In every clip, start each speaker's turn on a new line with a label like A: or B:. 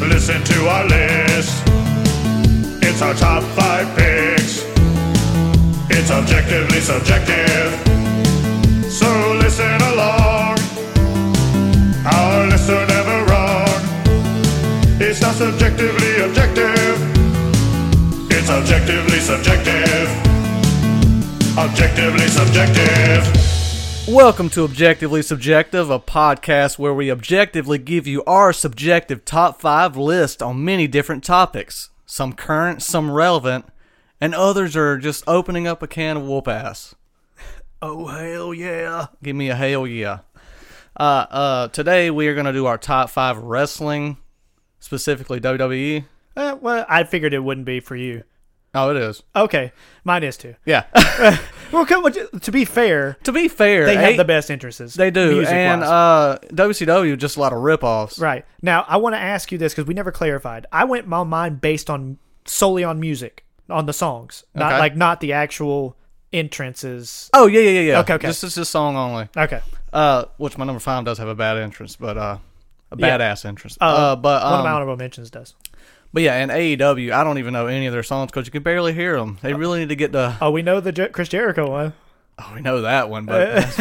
A: Listen to our list. It's our top five picks. It's objectively subjective. So listen along. Our lists are never wrong. It's not subjectively objective. It's objectively subjective. Objectively subjective.
B: Welcome to Objectively Subjective, a podcast where we objectively give you our subjective top five list on many different topics, some current, some relevant, and others are just opening up a can of whoop ass.
C: Oh hell yeah!
B: Give me a hell yeah. Uh, uh, today we are going to do our top five wrestling, specifically WWE.
C: Uh, well, I figured it wouldn't be for you.
B: Oh, it is.
C: Okay, mine is too.
B: Yeah.
C: Well, co- what- to be fair,
B: to be fair,
C: they
B: eh,
C: have the best interests.
B: They do.
C: music-wise.
B: And uh, WCW just a lot of ripoffs.
C: right now, I want to ask you this because we never clarified. I went my mind based on solely on music, on the songs, not
B: Okay.
C: like not the actual entrances.
B: Oh, yeah, yeah, yeah, yeah.
C: Okay, okay.
B: This is just song only.
C: Okay,
B: Uh, which my number five does have a bad entrance, but uh, a
C: Yeah.
B: badass entrance. Uh, but
C: one of
B: um,
C: my honorable mentions does.
B: but yeah, and AEW, I don't even know any of their songs because you can barely hear them. They really need to get the.
C: Oh, we know the Je- Chris Jericho one.
B: Oh, we know that one,
C: Uh.
B: but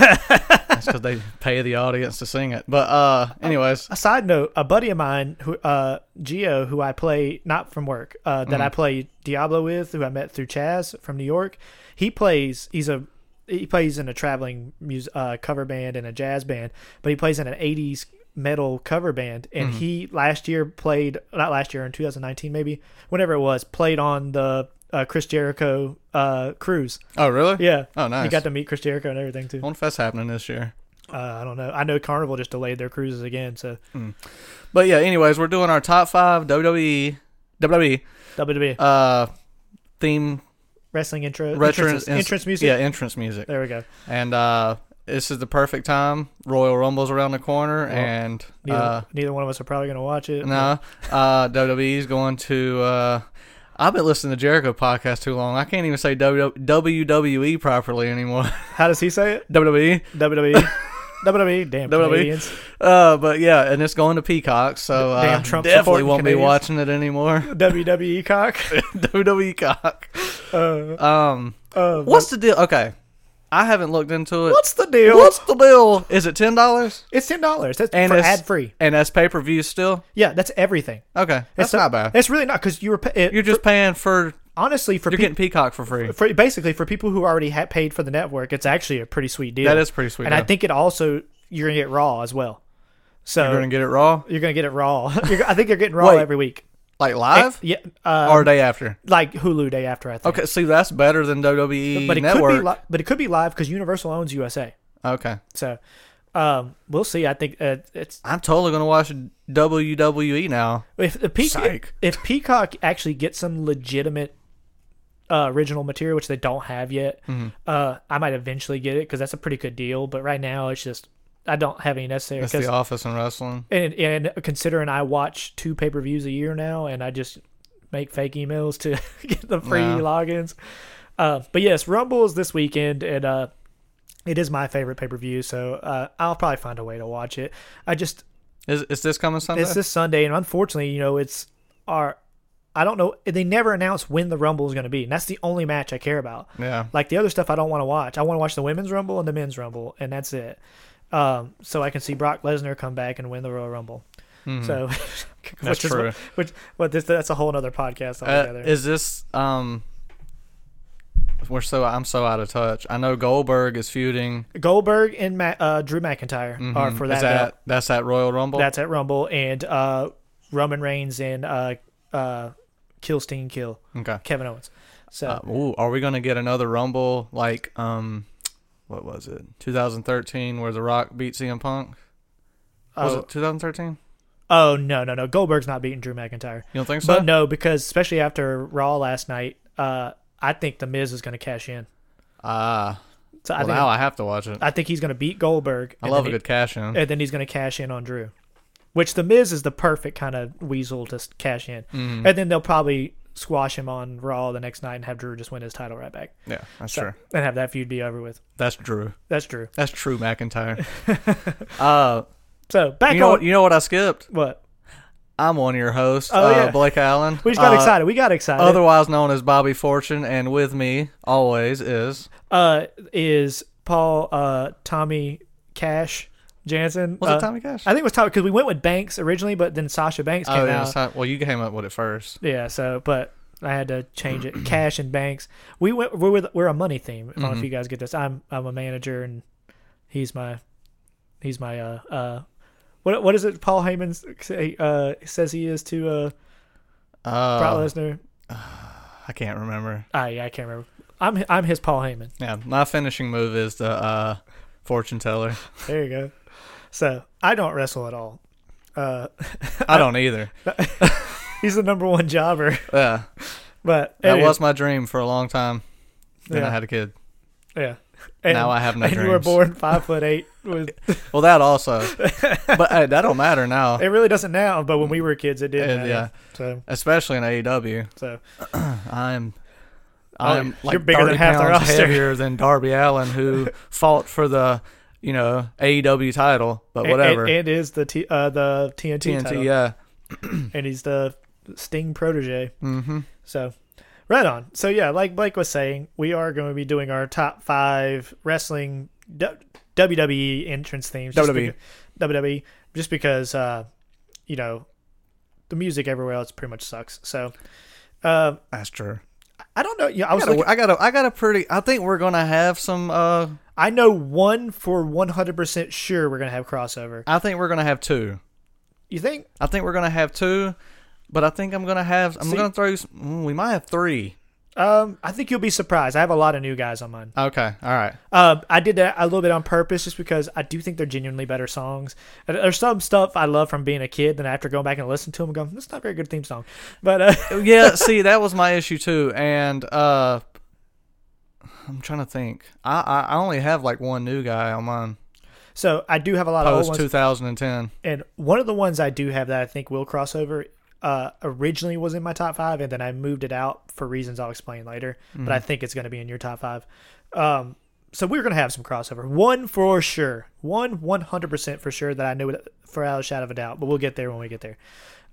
B: that's because they pay the audience to sing it. But uh, anyways,
C: A side note: a buddy of mine, who uh, Gio, who I play not from work, uh, that I
B: Mm.
C: play Diablo with, who I met through Chaz from New York, he plays. He's a he plays in a traveling mus uh, cover band and a jazz band, but he plays in an '80s metal cover band. And
B: Mm.
C: he last year played not last year in 2019 maybe whenever it was played on the uh, Chris Jericho uh, cruise.
B: oh really?
C: Yeah.
B: Oh, nice. Oh.
C: You got to meet Chris Jericho and everything too.
B: I wonder if that's happening this year.
C: Uh, I don't know. I know Carnival just delayed their cruises again, so
B: But yeah, anyways, we're doing our top five E, WWE WWE
C: WWE.
B: uh theme
C: wrestling intro
B: retro
C: entrance, entrance music.
B: Yeah, entrance music.
C: There we go.
B: And uh, this is the perfect time. Royal Rumble's around the corner, and
C: Neither,
B: uh,
C: neither one of us are probably gonna watch it.
B: no, uh, WWE's going to. Uh, I've been listening to Jericho podcast too long. I can't even say WW- WWE E properly anymore. E?
C: How does he say it? E?
B: WWE.
C: WWE. WWE. Damn
B: WWE.
C: Canadians.
B: Uh, but yeah, and it's going to Peacock, so uh,
C: Damn Trump
B: definitely
C: supporting
B: won't be
C: Canadians.
B: watching it anymore.
C: WWE E cock.
B: WWE cock.
C: Uh,
B: Um,
C: uh,
B: what's the deal? Okay, I haven't looked into it.
C: what's the deal?
B: What's the deal? Is it ten dollars?
C: It's ten dollars. That's
B: And
C: for
B: it's-
C: ad free.
B: And that's pay per view still.
C: Yeah, that's everything.
B: Okay, that's
C: it's
B: not bad.
C: It's really not because you were pa- it,
B: You're just paying for
C: honestly for
B: you're
C: people.
B: getting Peacock for free.
C: For, basically, for people who already had paid for the network, it's actually a pretty sweet deal.
B: That is pretty sweet.
C: and I
B: think
C: think it also you're gonna get Raw as well. So
B: you're gonna get it raw,
C: you're gonna get it Raw. You're- I think you're getting Raw
B: Wait.
C: every week.
B: like live
C: Yeah, uh,
B: or day after.
C: like Hulu day after. I think.
B: Okay, see that's better than WWE
C: but it could
B: Network.
C: be li- but it could be live because Universal owns USA.
B: okay,
C: So um, we'll see. I think uh, it's
B: I'm totally gonna watch WWE now.
C: if, if, Peac-
B: Psych.
C: if Peacock actually gets some legitimate uh, original material, which they don't have yet,
B: Mm-hmm.
C: uh, I might eventually get it because that's a pretty good deal. But right now, it's just I don't have any necessary.
B: That's
C: 'cause-
B: The Office and wrestling.
C: and and considering I watch two pay per views a year now, and I just make fake emails to get the free
B: Nah.
C: logins. Uh, but yes, Rumble is this weekend, and uh, it is my favorite pay per view, so uh, I'll probably find a way to watch it. I just
B: Is is this coming Sunday?
C: it's this Sunday, and unfortunately, you know, it's our. I don't know. They never announce when the Rumble is going to be, and that's the only match I care about.
B: yeah.
C: Like the other stuff, I don't want to watch. I want to watch the women's rumble and the men's rumble, and that's it. Um, so I can see Brock Lesnar come back and win the Royal Rumble. So
B: Mm-hmm. That's
C: which
B: true.
C: Is, which, but this that's a whole other podcast
B: Uh,
C: altogether.
B: is this um? We're so I'm so out of touch. I know Goldberg is feuding. Mm-hmm.
C: Goldberg and Ma- uh, Drew McIntyre are for that.
B: Is that
C: belt.
B: that's at Royal Rumble?
C: That's at Rumble, and uh, Roman Reigns and uh, uh, Killstein Kill
B: okay.
C: Kevin Owens. So
B: Uh, ooh, are we gonna get another Rumble like um, what was it? 2013, where The Rock beat CM Punk. Was
C: oh,
B: it 2013? You
C: oh no no no Goldberg's not beating Drew McIntyre.
B: don't think so?
C: But no, because especially after Raw last night, uh, I think the Miz is going to cash in.
B: Ah,
C: So I
B: well
C: think
B: now I have to watch it. I,
C: I think he's going to beat Goldberg. and
B: love a
C: then
B: good cash in.
C: he- and then he's going to cash in on Drew, which the Miz is the perfect kind of weasel to s- cash in.
B: Mm-hmm.
C: And then they'll probably squash him on Raw the next night and have Drew just win his title right back.
B: yeah, that's
C: So-
B: true.
C: And have that feud be over with.
B: That's Drew.
C: That's Drew.
B: That's true McIntyre. uh,
C: So back
B: you know
C: on
B: what? You know what I skipped?
C: what?
B: I'm one of your hosts,
C: Oh,
B: uh,
C: yeah.
B: Blake Allen.
C: We just got
B: uh,
C: excited. We got excited.
B: Otherwise known as Bobby Fortune, and with me always is
C: uh, is Paul uh, Tommy Cash Jansen.
B: was
C: Uh,
B: it Tommy Cash?
C: I think it was Tommy because we went with Banks originally, but then Sasha Banks came
B: oh yeah,
C: out.
B: so- well you came up with it first.
C: yeah, so but I had to change it. Cash and Banks. We went. We're with, we're a money theme. If I
B: Mm-hmm.
C: don't know if you guys get this, I'm I'm a manager and he's my he's my uh uh what what is it? Paul Heyman s- say, uh, says he is to uh,
B: Uh,
C: Brock Lesnar.
B: I can't remember.
C: Ah, yeah, I can't remember. I'm I'm his Paul Heyman.
B: Yeah, my finishing move is the uh, fortune teller.
C: There you go. So I don't wrestle at all. Uh,
B: I don't either.
C: he's the number one jobber.
B: Yeah,
C: But
B: that
C: anyway,
B: was my dream for a long time. Then
C: Yeah.
B: I had a kid.
C: yeah. And,
B: now I have no
C: and you were
B: dreams.
C: born five foot eight. With,
B: Well, that also, but hey, that don't matter now,
C: it really doesn't now, but when we were kids, it did.
B: Yeah,
C: matter.
B: yeah.
C: So
B: especially in E AEW.
C: so
B: I'm
C: Oh,
B: I'm
C: you're
B: like
C: bigger
B: 30
C: than half the
B: pounds
C: roster.
B: heavier than Darby Allen, who fought for the you know AEW title, but
C: and-
B: whatever.
C: And, and is the T, uh, the TNT,
B: TNT,
C: title,
B: yeah,
C: and he's the Sting protege.
B: mm-hmm.
C: So right on. So yeah, like Blake was saying, we are going to be doing our top five wrestling du- WWE E entrance themes. just
B: WWE.
C: beca- WWE, E, just because uh, you know the music everywhere else pretty much sucks. So. Uh,
B: that's true.
C: I don't know. Yeah, I
B: I
C: was
B: got,
C: looking,
B: a, I got a I got a pretty. I think we're gonna have some. uh
C: I know one for one hundred percent sure we're gonna have crossover.
B: I think we're gonna have two.
C: You think?
B: I think we're gonna have two, but I think I'm gonna have. I'm
C: See-
B: gonna throw. s- mm, We might have three.
C: Um, I think you'll be surprised. I have a lot of new guys on mine.
B: Okay, all right.
C: Um, I did that a little bit on purpose, just because I do think they're genuinely better songs. And There's some stuff I love from being a kid, then after going back and listening to them, I'm going, "That's not a very good theme song." But uh,
B: yeah, see, that was my issue too, and uh, I'm trying to think. I, I I only have like one new guy on mine Oh,
C: so I do have a lot of old
B: post
C: ones,
B: 2010.
C: and one of the ones I do have that I think will cross over. Uh, originally was in my top five, and then I moved it out for reasons I'll explain later. But I think it's going to be in your top five. Um, so we're going to have some crossover. One for sure. One 100% for sure that I knew it for out of a shadow of a doubt, but we'll get there when we get there.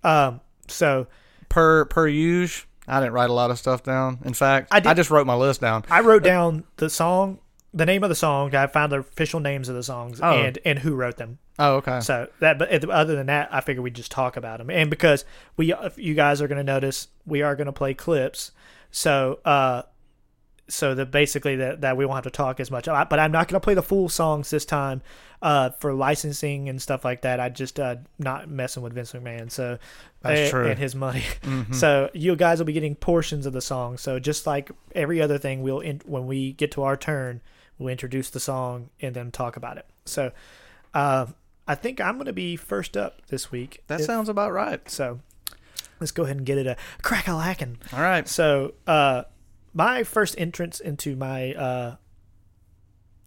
C: Um, so
B: Per per use, I didn't write a lot of stuff down. In fact,
C: I
B: I,
C: did-
B: just wrote my list down.
C: I wrote down the song, the name of the song. I found the official names of the songs
B: Oh.
C: and and who wrote them.
B: Oh, okay.
C: So that, but at- other than that, I figured we'd just talk about them. And because we, if you guys are going to notice, we are going to play clips. So, uh, so that basically that, that we won't have to talk as much. I, but I'm not going to play the full songs this time, uh, for licensing and stuff like that. I just uh, not messing with Vince McMahon. So
B: That's
C: and,
B: true. Mm-hmm.
C: and his money. So you guys will be getting portions of the song. So just like every other thing, we'll in, when we get to our turn, we'll introduce the song and then talk about it. So. Uh, I think I'm going to be first up this week.
B: that
C: It-
B: sounds about right.
C: so. Let's go ahead and get it uh, a crack a lackin'.
B: All right.
C: So, uh, my first entrance into my uh,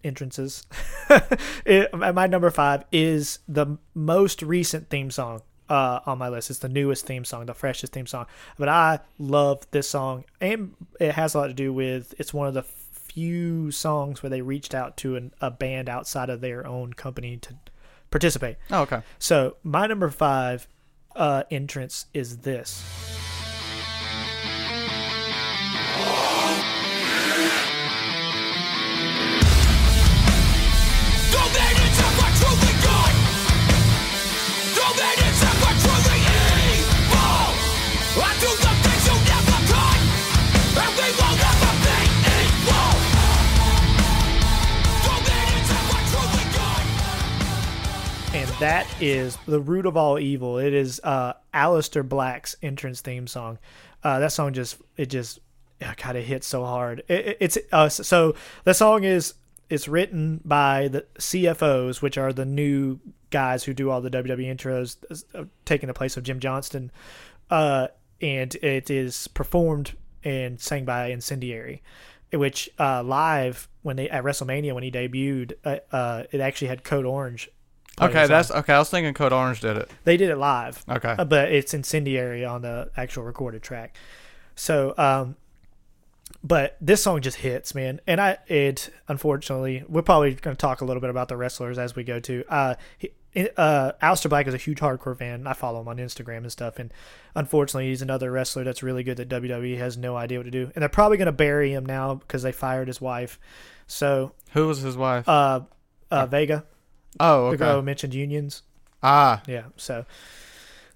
C: entrances, it, my my number five is the most recent theme song uh, on my list. It's the newest theme song, the freshest theme song. But I love this song, and it has a lot to do with it's one of the few songs where they reached out to an, a band outside of their own company to participate.
B: Oh, okay.
C: So my number five uh, entrance is this.
D: Don't make it sound like truly good. Don't make it sound like truly evil. I do the things you never could, and we will never be equal. Don't make it sound like truly good.
C: And that is the root of all evil. It is uh, Alistair Black's entrance theme song. Uh, that song just it just kind of hits so hard. It, it- it's uh, so the song is it's written by the CFOs, which are the new guys who do all the WWE intros, uh, taking the place of Jim Johnston. Uh, and it is performed and sang by Incendiary which uh, live when they at WrestleMania when he debuted, uh, uh, it actually had Code Orange. play the
B: Okay,
C: song.
B: that's okay. I was thinking Code Orange did it.
C: they did it live.
B: Okay.
C: Uh, but it's incendiary on the actual recorded track. So, um, but this song just hits, man. And I, it unfortunately, we're probably going to talk a little bit about the wrestlers as we go to. Uh, he, uh, Alistair Black is a huge hardcore fan. I follow him on Instagram and stuff. And unfortunately, he's another wrestler that's really good that WWE has no idea what to do. And they're probably going to bury him now because they fired his wife. So
B: Who was his wife?
C: uh, uh, Vega,
B: oh,
C: the girl who
B: okay.
C: mentioned unions.
B: Ah,
C: Yeah. So,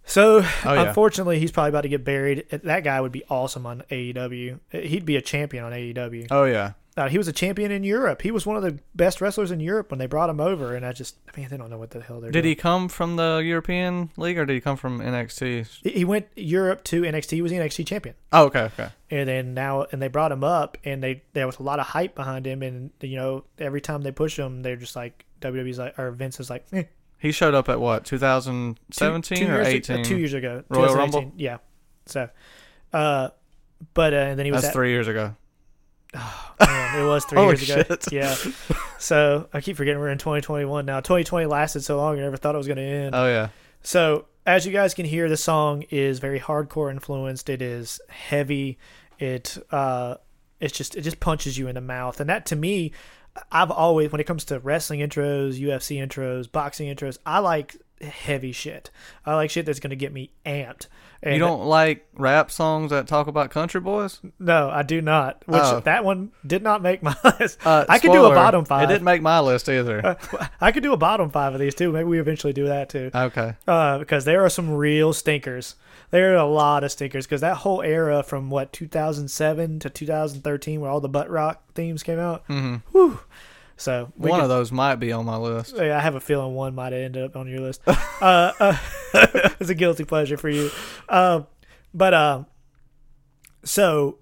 C: so
B: Oh, yeah.
C: unfortunately, he's probably about to get buried. That guy would be awesome on AEW. He'd be a champion on AEW.
B: oh yeah.
C: Uh, he was a champion in Europe. He was one of the best wrestlers in Europe when they brought him over. And I just, man, they don't know what the hell they're
B: Did
C: doing.
B: he come from the European League or did he come from NXT?
C: He went Europe to NXT. He was the NXT champion.
B: Oh, okay, okay.
C: And then now, and they brought him up, and they there was a lot of hype behind him. And you know, every time they push him, they're just like WWE's like or Vince is like eh.
B: He showed up at what,
C: Two-
B: 2017
C: two
B: or
C: years,
B: 18?
C: uh, two years ago,
B: Royal
C: 2018.
B: Rumble?
C: Yeah. So, uh, but uh, and then he was
B: That's
C: at,
B: three years ago.
C: Man, it was three
B: Holy
C: years ago.
B: shit.
C: Yeah. So I keep forgetting we're in 2021 now. 2020 lasted so long, I never thought it was going to end.
B: Oh yeah.
C: So, as you guys can hear, the song is very hardcore influenced. It is heavy. It uh, it's just it just punches you in the mouth, and that to me, I've always when it comes to wrestling intros, UFC intros, boxing intros, I like heavy shit. I like shit that's going to get me amped. And
B: You don't like rap songs that talk about country boys?
C: No, I do not. Which
B: Oh.
C: that one did not make my list.
B: Uh,
C: I could do a
B: spoiler,
C: bottom five. Uh,
B: It didn't make my list either.
C: I could do a bottom five of these too. Maybe we eventually do that too,
B: okay.
C: uh, because there are some real stinkers. There are a lot of stinkers because that whole era from what 2007 to 2013, where all the butt rock themes came out. Mm-hmm. Whew. So we
B: One
C: could-
B: of those might be on my list.
C: Yeah, I have a feeling one might have ended up on your list. uh, uh, it's a guilty pleasure for you. Um, but um, so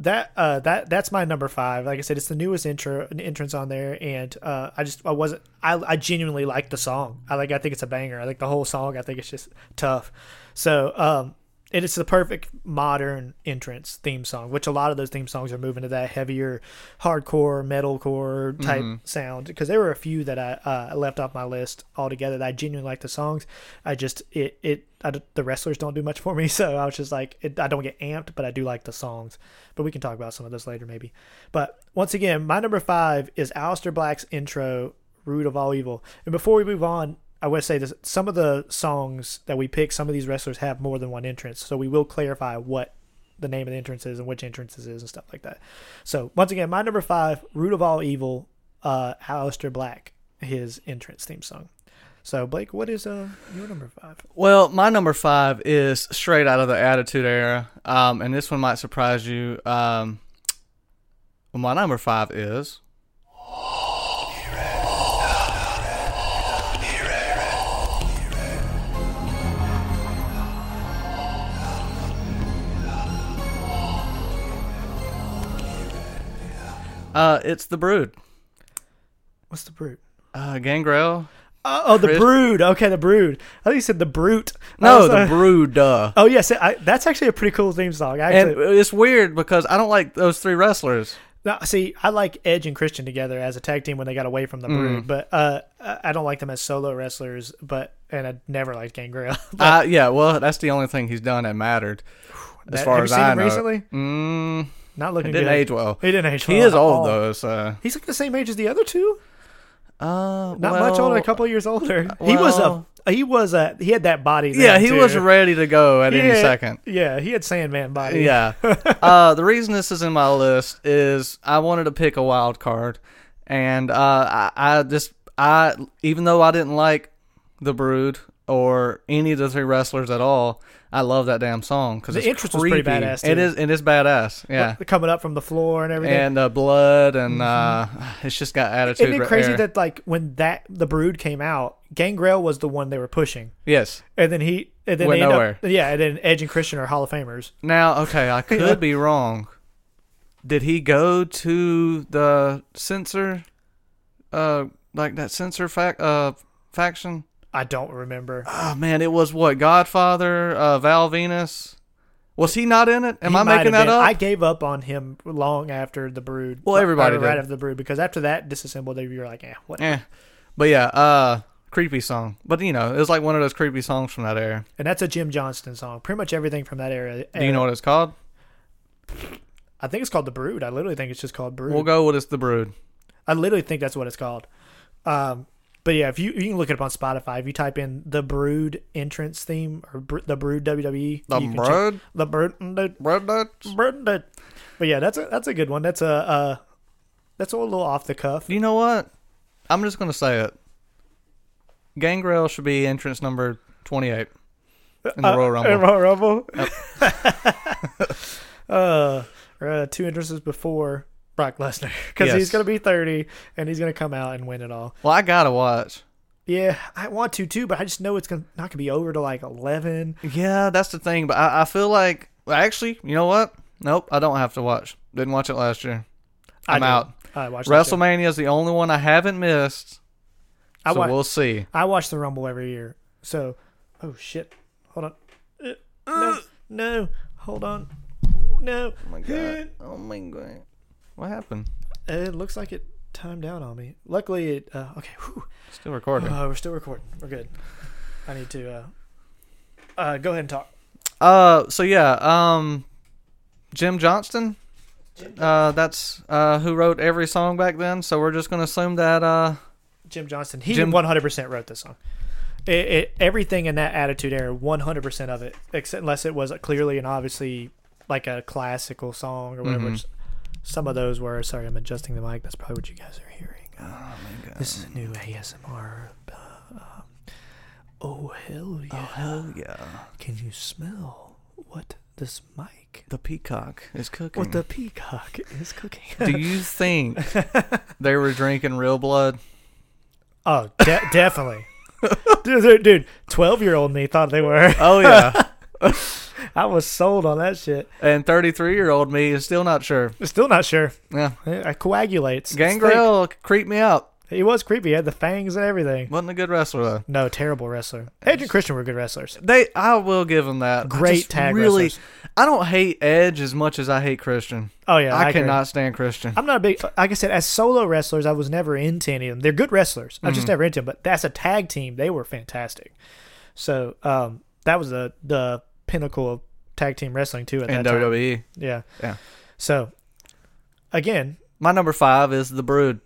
C: that uh, that that's my number five. Like I said, it's the newest intro entrance on there, and uh, I just I wasn't I, I genuinely like the song. I like I think it's a banger. I like the whole song. I think it's just tough. So um, and it's the perfect modern entrance theme song, which a lot of those theme songs are moving to that heavier hardcore metalcore type sound. Because there were a few that I uh, left off my list altogether that I genuinely like the songs. I just it it I d the wrestlers don't do much for me, so I was just like it, I don't get amped, but I do like the songs. But we can talk about some of those later, maybe. But once again, my number five is Alistair Black's intro root of all evil. And before we move on, I want to say this: some of the songs that we pick, some of these wrestlers have more than one entrance, so we will clarify what the name of the entrance is and which entrances is and stuff like that. So once again, my number five, root of all evil, uh, Alistair Black, his entrance theme song. So Blake, what is uh your number five?
B: Well, my number five is straight out of the Attitude Era, um, and this one might surprise you. Um, well, my number five is uh, it's the Brood,
C: What's the brute?
B: uh, Gangrel.
C: Uh, oh, the
B: Chris-
C: brood. Okay, the brood. I think you said the brute. I
B: No,
C: was,
B: the
C: uh,
B: Brood. Duh.
C: Oh yes, I, that's actually a pretty cool theme song. I
B: And
C: Actually,
B: it's weird because I don't like those three wrestlers.
C: No, see, I like Edge and Christian together as a tag team when they got away from the Brood,
B: Mm.
C: but uh, I I don't like them as solo wrestlers. But and I never liked Gangrel.
B: Uh, yeah, well, that's the only thing he's done that mattered. As
C: That-
B: far
C: have
B: as
C: you seen
B: I
C: him
B: know,
C: recently?
B: Mm,
C: Not looking
B: didn't
C: good.
B: age well.
C: He didn't age well.
B: He is
C: at all.
B: old though, so
C: He's like the same age as the other two.
B: uh,
C: Not much older, a couple of years older. he was a
B: well-
C: he was a he had that body. then,
B: Yeah, he
C: too.
B: was ready to go at any
C: Yeah,
B: second.
C: Yeah, he had Sandman body.
B: Yeah. uh, the reason this is in my list is I wanted to pick a wild card, and uh, I, I just I even though I didn't like the Brood or any of the three wrestlers at all, I love that damn song because
C: The
B: it's
C: entrance was pretty
B: creepy.
C: badass,
B: It
C: too.
B: is. It is badass. Yeah.
C: coming up from the floor and everything.
B: and uh, blood and uh, it's just got attitude.
C: Mm-hmm. Isn't it
B: right
C: crazy
B: there.
C: that like when that the Brood came out, Gangrel was the one they were pushing.
B: yes?
C: And then he, and then
B: Went
C: they end
B: nowhere.
C: Up, yeah, and then Edge and Christian are Hall of Famers.
B: Now, okay, I could be wrong. Did he go to the censor, uh, like that censor fac uh faction?
C: I don't remember.
B: Oh man, it was what Godfather, uh, Val Venus. Was he not in it? Am
C: He
B: I
C: might have
B: making that
C: been.
B: up?
C: I gave up on him long after the Brood.
B: Well, everybody
C: or right
B: did.
C: after the Brood because after that disassembled, they were like, eh, what?
B: Eh. But yeah, uh, creepy song. But you know, it was like one of those creepy songs from that era.
C: And that's a Jim Johnston song. Pretty much everything from that era.
B: Do you know what it's called?
C: I think it's called the Brood. I literally think it's just called Brood.
B: We'll go with it's the Brood.
C: I literally think that's what it's called. Um, But yeah, if you you can look it up on Spotify. If you type in the Brood entrance theme or Br- the Brood WWE,
B: The
C: you can check-
B: Brood?
C: the Brood, the
B: Rednuts.
C: Brood. the- But yeah, that's a that's a good one. That's a uh, that's a little off the cuff.
B: You know what? I'm just gonna say it. Gangrel should be entrance number 28 in the Royal Rumble.
C: Uh, Royal Rumble. uh, uh, two entrances before Brock Lesnar because
B: Yes.
C: he's gonna be thirty and he's gonna come out and win it all.
B: well, I gotta watch.
C: Yeah, I want to too, but I just know it's gonna not gonna be over to like eleven.
B: Yeah, that's the thing. But I, I feel like well, actually, you know what? Nope, I don't have to watch. Didn't watch it last year. I'm
C: I
B: out.
C: I watched that show.
B: WrestleMania is the only one I haven't missed.
C: I
B: so
C: wa-
B: we'll see.
C: I watch the Rumble every year. So, oh shit, hold on. Uh, No, no, hold on. No.
B: Ah. Oh my god. Oh my god. What happened?
C: Uh, It looks like it timed out on me. Luckily, it. Uh, okay, whew.
B: Still recording.
C: Uh, we're still recording. We're good. I need to. Uh, uh, go ahead and talk.
B: Uh, so yeah, um, Jim Johnston. Uh, that's uh who wrote every song back then. So we're just gonna assume that uh,
C: Jim Johnston. He
B: Jim-
C: 100% wrote this song. It, it, everything in that Attitude Era, 100% of it, except unless it was clearly and obviously like a classical song or whatever. Which some of those were. Sorry, I'm adjusting the mic. That's probably what you guys are hearing. Oh my god! This is a new ASMR. Uh, um, oh hell yeah!
B: hell yeah,
C: Can you smell what this mic?
B: the peacock is cooking.
C: What the peacock is cooking?
B: Do you think they were drinking real blood?
C: Oh, de- definitely. dude, dude, dude, 12 year old me thought they were.
B: Oh yeah,
C: I was sold on that shit.
B: and thirty-three year old me is still not sure.
C: Still not sure.
B: Yeah,
C: It it coagulates. It's
B: Gangrel creeped me out.
C: thick. He was creepy. He had the fangs and everything.
B: Wasn't a good wrestler though.
C: No, terrible wrestler. Edge and Christian were good wrestlers.
B: They, I will give them that. I
C: Great
B: just
C: tag
B: really,
C: wrestlers.
B: I don't hate Edge as much as I hate Christian.
C: Oh, yeah,
B: I,
C: I agree.
B: cannot stand Christian.
C: I'm not a big, like I said, as solo wrestlers, I was never into any of them. They're good wrestlers. I was
B: Mm-hmm.
C: just never into them. But that's a tag team. They were fantastic. So um, that was the the pinnacle of tag team wrestling too. At
B: in
C: that time.
B: WWE.
C: Yeah.
B: Yeah.
C: So again,
B: My number five is the Brood.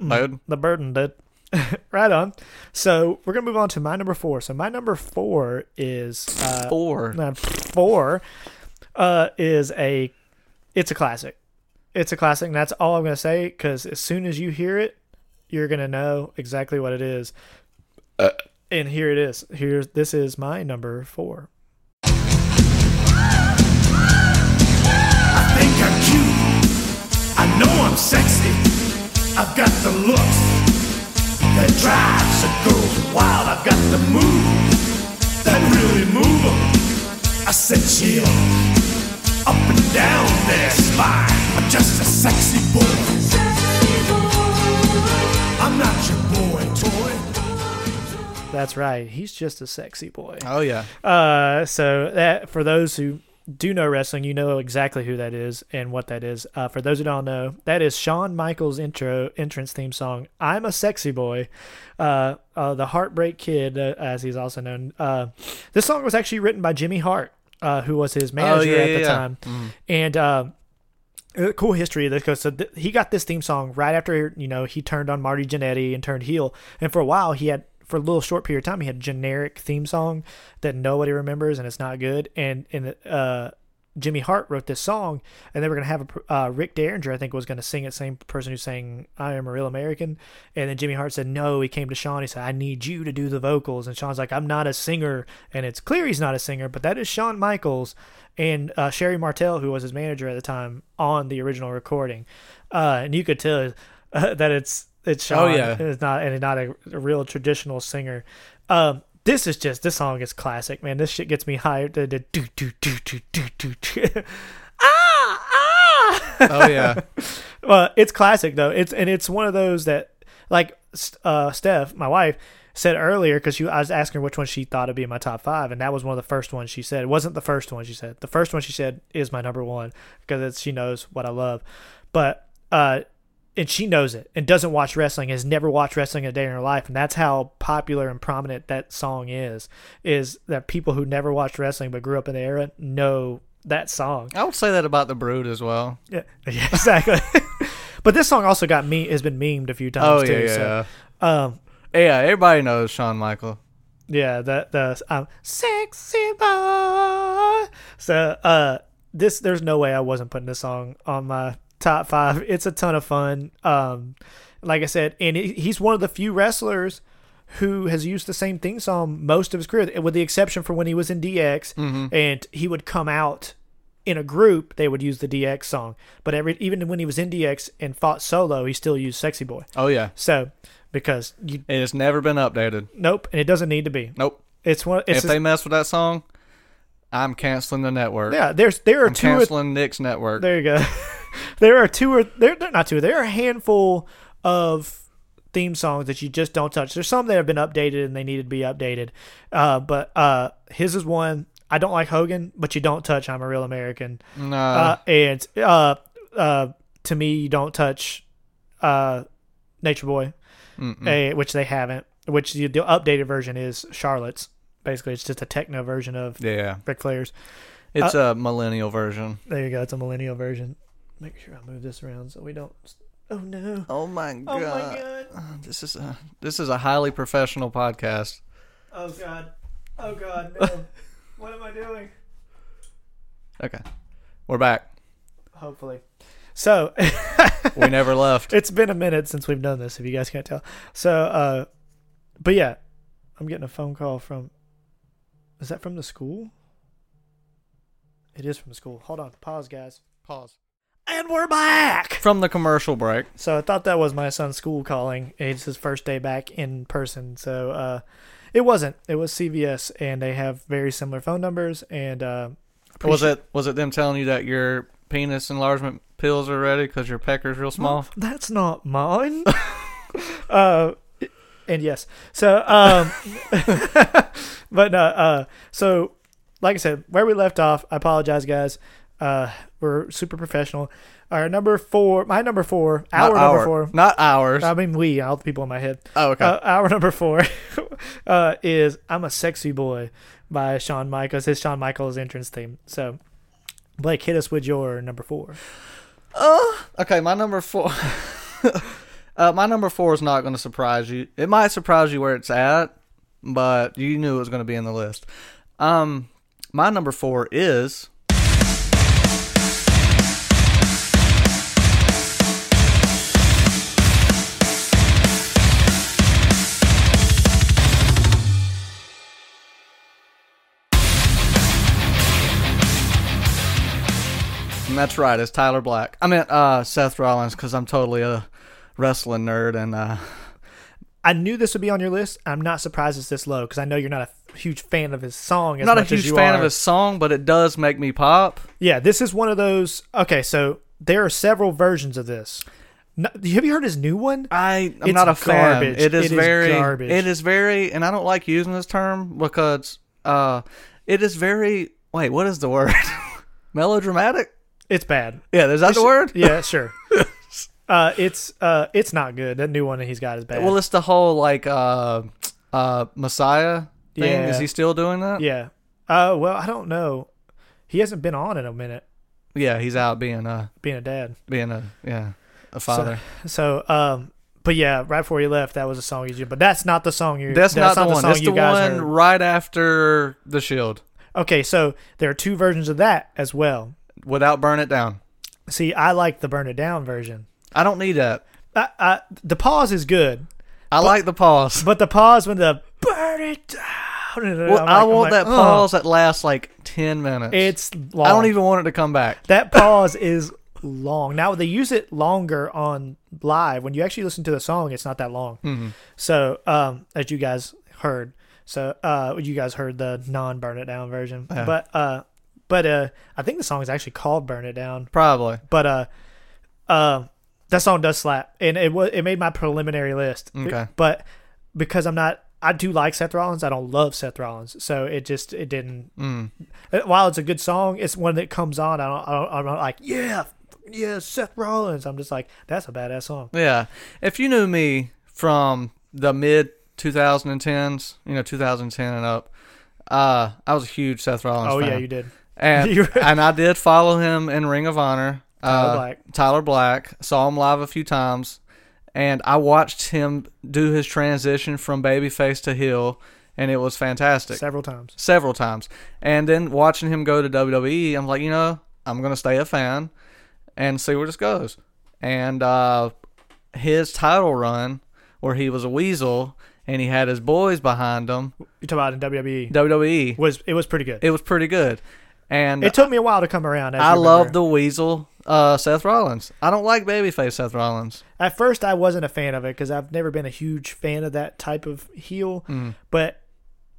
B: Dude,
C: the burden did. right on. So we're gonna move on to my number four. So my number four is uh,
B: four.
C: number four uh, is a it's a classic. It's a classic, and that's all I'm gonna say. Because as soon as you hear it, you're gonna know exactly what it is. and here it is. Here's this is my number four.
A: think I'm cute. I know I'm sexy. I've got the looks that drives the girls wild. I've got the moves that really move 'em. I said chill up and down their spine. I'm just a sexy boy. I'm not your boy toy.
C: That's right. He's just a sexy boy.
B: Oh yeah.
C: Uh, so that for those who do know wrestling, you know exactly who that is and what that is. Uh, for those who don't know, that is Shawn Michaels' intro entrance theme song. I'm a sexy boy, uh, uh, the Heartbreak Kid, uh, as he's also known. Uh, this song was actually written by Jimmy Hart, uh, who was his manager
B: Oh, yeah,
C: at
B: yeah,
C: the
B: yeah. Mm-hmm.
C: time, and. Uh, uh, cool history of this goes so th- he got this theme song right after you know he turned on marty Jannetty and turned heel and for a while he had for a little short period of time he had a generic theme song that nobody remembers and it's not good and and uh Jimmy Hart wrote this song, and they were gonna have a pr- uh, Rick Derringer, I think, was gonna sing it. Same person who sang "I Am a Real American," and then Jimmy Hart said no. He came to Sean. He said, "I need you to do the vocals," and Sean's like, "I'm not a singer," and it's clear he's not a singer, but that is Shawn Michaels and uh, Sherry Martel, who was his manager at the time, on the original recording, uh, and you could tell uh, that it's it's Sean.
B: yeah.
C: and it's not and it's not a, a real traditional singer. Um, this is just this song is classic, man. This shit gets me hyped. The- the do do do do do do do. ah ah.
B: Oh yeah.
C: well, it's classic though. It's and it's one of those that like S- uh, Steph, my wife, said earlier because she I was asking her which one she thought would be in my top five, and that was one of the first ones she said. It wasn't the first one she said. The first one she said is my number one because it's she knows what I love, but uh. And she knows it and doesn't watch wrestling, has never watched wrestling a day in her life, and that's how popular and prominent that song is. Is that people who never watched wrestling but grew up in the era know that song?
B: I would say that about the Brood as well.
C: Yeah, yeah exactly. but this song also got me has been memed a few times
B: Oh
C: too.
B: yeah.
C: so,
B: yeah.
C: um,
B: Yeah, everybody knows Shawn Michael.
C: Yeah, the the um, sexy boy. So uh, this there's no way I wasn't putting this song on my top five. It's a ton of fun. Um, like I said, and he- he's one of the few wrestlers who has used the same theme song most of his career, with the exception for when he was in DX, and he would come out in a group. They would use the DX song, but every even when he was in DX and fought solo, he still used "Sexy Boy."
B: Oh yeah,
C: So because you
B: it has never been updated.
C: nope, and it doesn't need to be.
B: Nope.
C: It's one. It's
B: if they mess with that song, I'm canceling the network.
C: Yeah, there's there are
B: I'm
C: two. Or,
B: canceling Nick's network.
C: there you go. there are two or there there- not two. There are a handful of theme songs that you just don't touch. There's some that have been updated and they needed to be updated. Uh, but uh, his is one. I don't like Hogan, but you don't touch. I'm a real American.
B: no,
C: Uh, and uh, uh, to me, you don't touch uh, Nature Boy, eh, which they haven't. Which the, the updated version is Charlotte's. Basically, it's just a techno version of
B: yeah,
C: Ric Flair's.
B: it's a millennial version.
C: There you go. It's a millennial version. Make sure I move this around so we don't. Oh no!
B: Oh my
C: Oh
B: god.
C: my god!
B: This is a this is a highly professional podcast.
C: Oh god! Oh god! No. what am I doing?
B: Okay, we're back.
C: Hopefully. So
B: We never left.
C: it's been a minute since we've done this. If you guys can't tell, so uh, but yeah, I'm getting a phone call from. Is that from the school? It is from the school. Hold on. Pause, guys. Pause. And we're back.
B: From the commercial break,
C: So I thought that was my son's school calling. It's his first day back in person. So uh, it wasn't. It was CVS, and they have very similar phone numbers. And uh,
B: was it was it them telling you that your penis enlargement pills are ready because your pecker's real small?
C: that's not mine. uh, and yes. So, um, but no. Uh, so, like I said, where we left off, I apologize, guys. Uh, we're super professional. Our number four, my number four, our
B: Not
C: number
B: our-
C: four.
B: not ours.
C: I mean, we, all the people in my head.
B: Oh, okay.
C: Uh, our number four uh, is "I'm a Sexy Boy" by Shawn Michaels. His Shawn Michaels entrance theme. So, Blake, hit us with your number four.
B: Okay, my number four. uh, my number four is not going to surprise you. It might surprise you where it's at, but you knew it was going to be in the list. Um, my number four is And that's right. It's Tyler Black. I meant uh, Seth Rollins because I'm totally a wrestling nerd, and uh,
C: I knew this would be on your list. I'm not surprised it's this low because I know you're not a huge fan of his song. As
B: not a
C: much as
B: huge
C: you
B: fan
C: are.
B: of his song, but it does make me pop.
C: Yeah, this is one of those. Okay, so there are several versions of this. No, have you heard his new one?
B: I I'm
C: It's
B: not a fan.
C: garbage.
B: It is
C: It is
B: very
C: garbage.
B: It is very, and I don't like using this term because uh, it is very. Wait, what is the word? Melodramatic.
C: It's bad.
B: Yeah, is that the word?
C: Yeah, sure. uh, it's uh, it's not good. That new one that he's got is bad.
B: Well, it's the whole like uh, uh, Messiah thing.
C: Yeah.
B: Is he still doing that?
C: Yeah. Uh, well, I don't know. He hasn't been on in a minute,
B: Yeah, he's out being a
C: being a dad.
B: being a yeah a father.
C: So, um, but yeah, right before he left, that was a song you did. But that's not the song you.
B: That's, not, the one.
C: song
B: That's
C: you
B: the
C: guys
B: one
C: heard.
B: right after the Shield.
C: Okay, so there are two versions of that as well.
B: Without burn it down.
C: See, I like the burn it down version.
B: I don't need that.
C: I, I, the pause is good,
B: I like the pause.
C: but the pause when the burn it down. and
B: Well,
C: I'm
B: I
C: like- I'm
B: want
C: like,
B: that
C: "Ugh."
B: pause that lasts like ten minutes.
C: It's long.
B: I don't even want it to come back.
C: that pause is long. Now they use it longer on live. When you actually listen to the song, it's not that long. So, um, as you guys heard, so uh, you guys heard the non "Burn It Down" version, but uh, but uh, I think the song is actually called "Burn It Down."
B: Probably.
C: But uh, uh, that song does slap, and it was it made my preliminary list.
B: Okay.
C: but because I'm not. I do like Seth Rollins. I don't love Seth Rollins, so it just it didn't.
B: Mm.
C: Uh, While it's a good song, it's one that comes on. I don't. I don't I'm not like yeah, f- yeah, Seth Rollins. I'm just like that's a badass song.
B: Yeah. If you knew me from the mid 2010s, you know, 2010 and up, uh, I was a huge Seth Rollins
C: Oh
B: fan.
C: yeah, you did.
B: And,
C: You were-
B: and I did follow him in Ring of Honor.
C: Tyler
B: uh,
C: Black.
B: Tyler Black. Saw him live a few times. and I watched him do his transition from babyface to heel, and it was fantastic
C: several times.
B: several times. And then watching him go to WWE, I'm like, you know, I'm gonna stay a fan and see where this goes. And uh, his title run, where he was a weasel and he had his boys behind him,
C: You talk about in WWE
B: WWE,
C: was it was pretty good. It,
B: it was pretty good. And
C: took me a while to come around. as you
B: I love
C: remember.
B: the weasel. Uh, Seth Rollins. I don't like babyface Seth Rollins.
C: At first, I wasn't a fan of it because I've never been a huge fan of that type of heel.
B: Mm.
C: But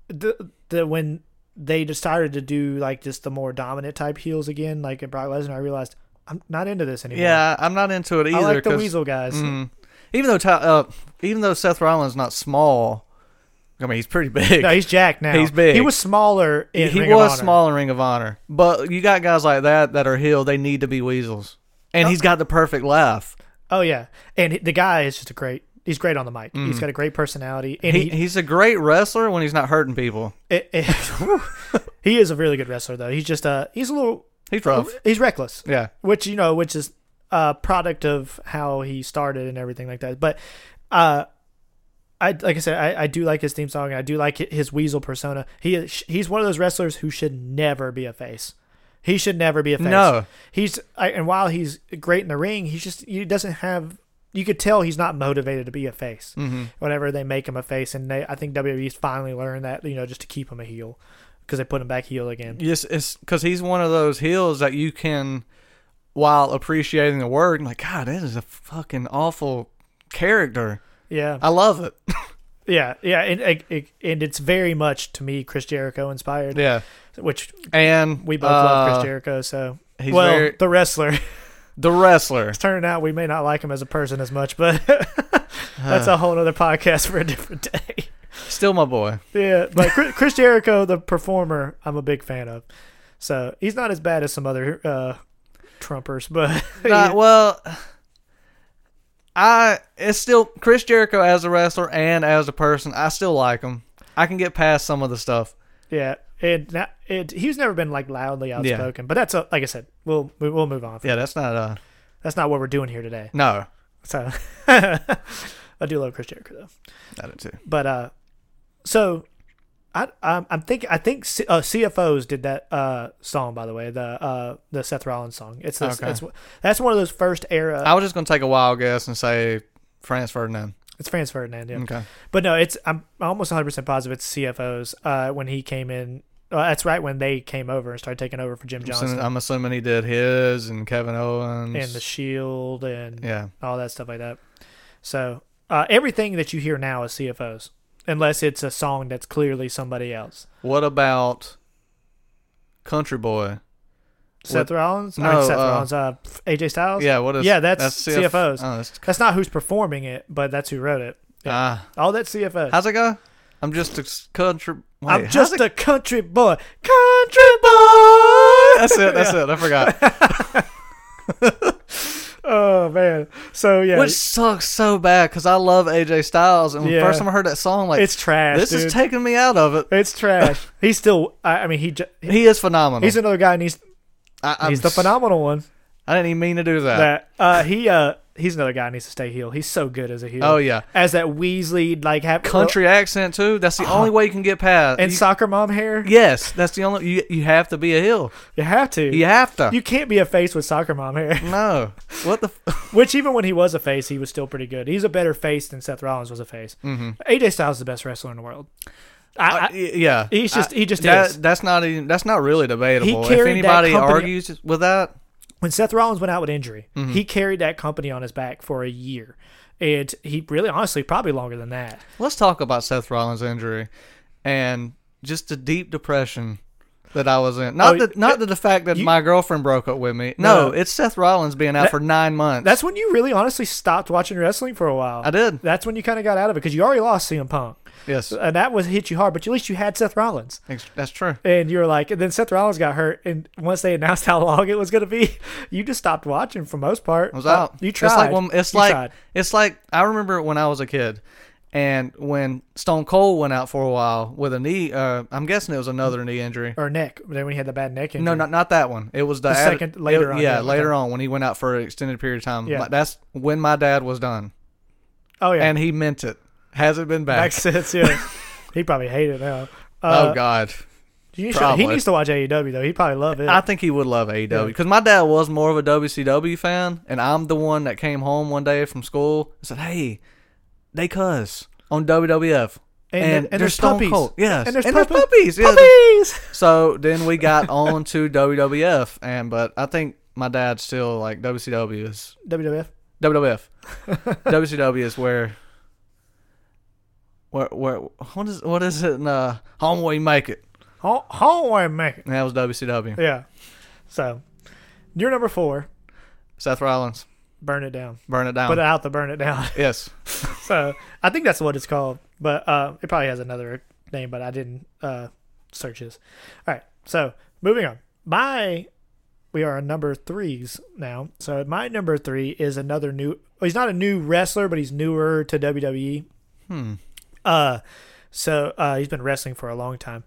C: the the when they decided to do like just the more dominant type heels again, like in Brock Lesnar, I realized I'm not into this anymore.
B: Yeah, I'm not into it either.
C: I like the
B: 'cause- Mm.
C: Weasel guys.
B: Even though, Ty- uh, even though Seth Rollins not small, I mean he's pretty big.
C: No, he's Jack now.
B: He's big.
C: He was smaller. In
B: he
C: Ring of
B: was
C: Honor.
B: small in Ring of Honor, but you got guys like that that are heel. They need to be weasels, and he's got the perfect laugh.
C: Oh yeah, and he- the guy is just a great. He's great on the mic. He's got a great personality, and
B: Mm. He,
C: he
B: he's a great wrestler when he's not hurting people.
C: it- it- he is a really good wrestler though. He's just uh he's a little
B: He's rough.
C: he's reckless.
B: Yeah,
C: which you know, which is a product of how he started and everything like that. But uh, I like I said, I, I do like his theme song. And I do like hi- his Weasel persona. He is, he's one of those wrestlers who should never be a face. He should never be a face.
B: No.
C: he's I, and while he's great in the ring, he's just he doesn't have. You could tell he's not motivated to be a face. Whenever they make him a face, and they, I think WWE's finally learned that you know just to keep him a heel because they put him back heel again.
B: yes, it's because he's one of those heels that you can, while appreciating the word, like God, that is a fucking awful character.
C: Yeah,
B: I love it.
C: Yeah, yeah, and it, it, and it's very much to me Chris Jericho inspired.
B: yeah,
C: which
B: and
C: we both love
B: uh,
C: Chris Jericho. So
B: he's
C: well,
B: very-
C: the wrestler.
B: the wrestler.
C: Turning out we may not like him as a person as much, but
B: Uh.
C: that's a whole other podcast for a different day.
B: Still my boy.
C: yeah, but Chris, Chris Jericho, the performer, I'm a big fan of. So he's not as bad as some other uh, Trumpers, but
B: Nah, well, I it's still Chris Jericho as a wrestler and as a person. I still like him. I can get past some of the stuff.
C: yeah, and now- it, he's never been like loudly outspoken. But that's a, like I said, we'll we'll move on.
B: Yeah, that's not uh
C: That's not what we're doing here today.
B: no.
C: So I do love Chris Jericho though.
B: I do too.
C: But uh, so I I'm, I'm thinking I think C, uh, CFOs did that uh song by the way the uh the Seth Rollins song. It's this,
B: Okay.
C: it's that's one of those first era.
B: I was just gonna take a wild guess and say France Ferdinand.
C: it's Franz Ferdinand. Yeah.
B: Okay.
C: But no, it's I'm almost 100 percent positive it's CFOs. Uh, when he came in, uh, that's right when they came over and started taking over for Jim
B: So
C: Johnson
B: I'm assuming he did his and Kevin Owens.
C: and the Shield and
B: yeah.
C: all that stuff like that. So uh, everything that you hear now is CFOs, unless it's a song that's clearly somebody else.
B: What about Country Boy?
C: Seth
B: What-
C: Rollins, I
B: No,
C: mean, Seth
B: uh,
C: Rollins, uh, AJ Styles.
B: Yeah, what is
C: yeah? That's,
B: CF
C: CFOs.
B: Oh, that's,
C: that's not who's performing it, but that's who wrote it. Yeah.
B: ah.
C: all that's CFOs.
B: how's it go? I'm just a s- country. Wait,
C: I'm
B: how's
C: just
B: it-
C: a country boy.
B: country boy. That's it. That's it. I forgot.
C: Oh man, so yeah,
B: Which sucks so bad because I love AJ Styles, and
C: Yeah.
B: the first time I heard that song, like
C: it's trash.
B: This
C: dude.
B: is taking me out of it.
C: it's trash. he's still. I, I mean, he ju-
B: He is phenomenal.
C: he's another guy, and he's
B: I, I'm
C: he's the
B: s-
C: phenomenal one.
B: I didn't even mean to do that.
C: That uh, he uh, he's another guy who needs to stay heel. He's so good as a heel.
B: Oh, yeah.
C: as that Weasley like have
B: Country accent too. That's the only way you can get past.
C: Uh-huh. and
B: you-
C: soccer mom hair.
B: yes, that's the only. You you have to be a heel.
C: You have to.
B: You have to.
C: You can't be a face with soccer mom hair.
B: no. What the? F-
C: Which even when he was a face, he was still pretty good. He's a better face than Seth Rollins was a face. Mm-hmm. AJ Styles is the best wrestler in the world.
B: Uh,
C: I, I,
B: yeah.
C: he's just- he just
B: that,
C: is.
B: That's not even. That's not really debatable. If
C: carried that
B: anybody
C: company-
B: argues with that,
C: when Seth Rollins went out with injury,
B: Mm-hmm.
C: he carried that company on his back for a year. And he really, honestly, probably longer than that.
B: let's talk about Seth Rollins' injury and just the deep depression that I was in. Not
C: Oh,
B: the not the, the fact that my girlfriend broke up with me. No,
C: No.
B: it's Seth Rollins being out for nine months.
C: That's when you really, honestly, stopped watching wrestling for a while.
B: I did.
C: That's when you kind of got out of it because you already lost CM Punk,
B: yes,
C: and Uh, that was hit you hard. But at least you had Seth Rollins.
B: Ex- that's true.
C: and you were like, and then Seth Rollins got hurt, and once they announced how long it was going to be, you just stopped watching for most part.
B: I was out.
C: You tried.
B: It's like when, it's
C: You
B: like
C: tried.
B: it's like I remember when I was a kid, and when Stone Cold went out for a while with a knee. Uh, I'm guessing it was another knee injury.
C: or neck. Then we had the bad neck injury.
B: No, not not that one. It was the,
C: The
B: added-
C: second- later
B: it-
C: on,
B: Yeah,
C: yeah,
B: later
C: okay.
B: on when he went out for an extended period of time.
C: Yeah.
B: Like, that's when my dad was done.
C: Oh yeah,
B: and he meant it. Hasn't been back.
C: back sets. Yeah, he probably hated it now.
B: oh
C: Uh,
B: God,
C: you should-
B: probably.
C: he needs to watch AEW though. He'd probably love it.
B: I think he would love AEW because my dad was more of a WCW fan, and I'm the one that came home one day from school and said, "Hey, they cuss on WWF." And,
C: And- and
B: they're
C: there's
B: Stone
C: puppies.
B: Cold. Yes.
C: And there's puppy-
B: puppies. Yeah, there's-
C: Puppies!
B: So then we got on to WWF, and but I think my dad's still like WCW is
C: WWF.
B: WWF. WCW is where. Where, where what is what is it in uh, home where you make it?
C: Ho- Hallway man.
B: And that was WCW.
C: Yeah. So, your number four,
B: Seth Rollins,
C: burn it down.
B: burn it down.
C: Put out the burn it down.
B: yes,
C: so I think that's what it's called, but uh, it probably has another name, but I didn't uh, search this. All right, so moving on. My we are on number threes now. So my number three is another new. Well, he's not a new wrestler, but he's newer to WWE. Hmm. Uh, so uh, he's been wrestling for a long time,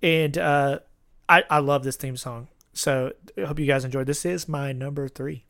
C: and uh, I I love this theme song. So I hope you guys enjoyed. This is my number three.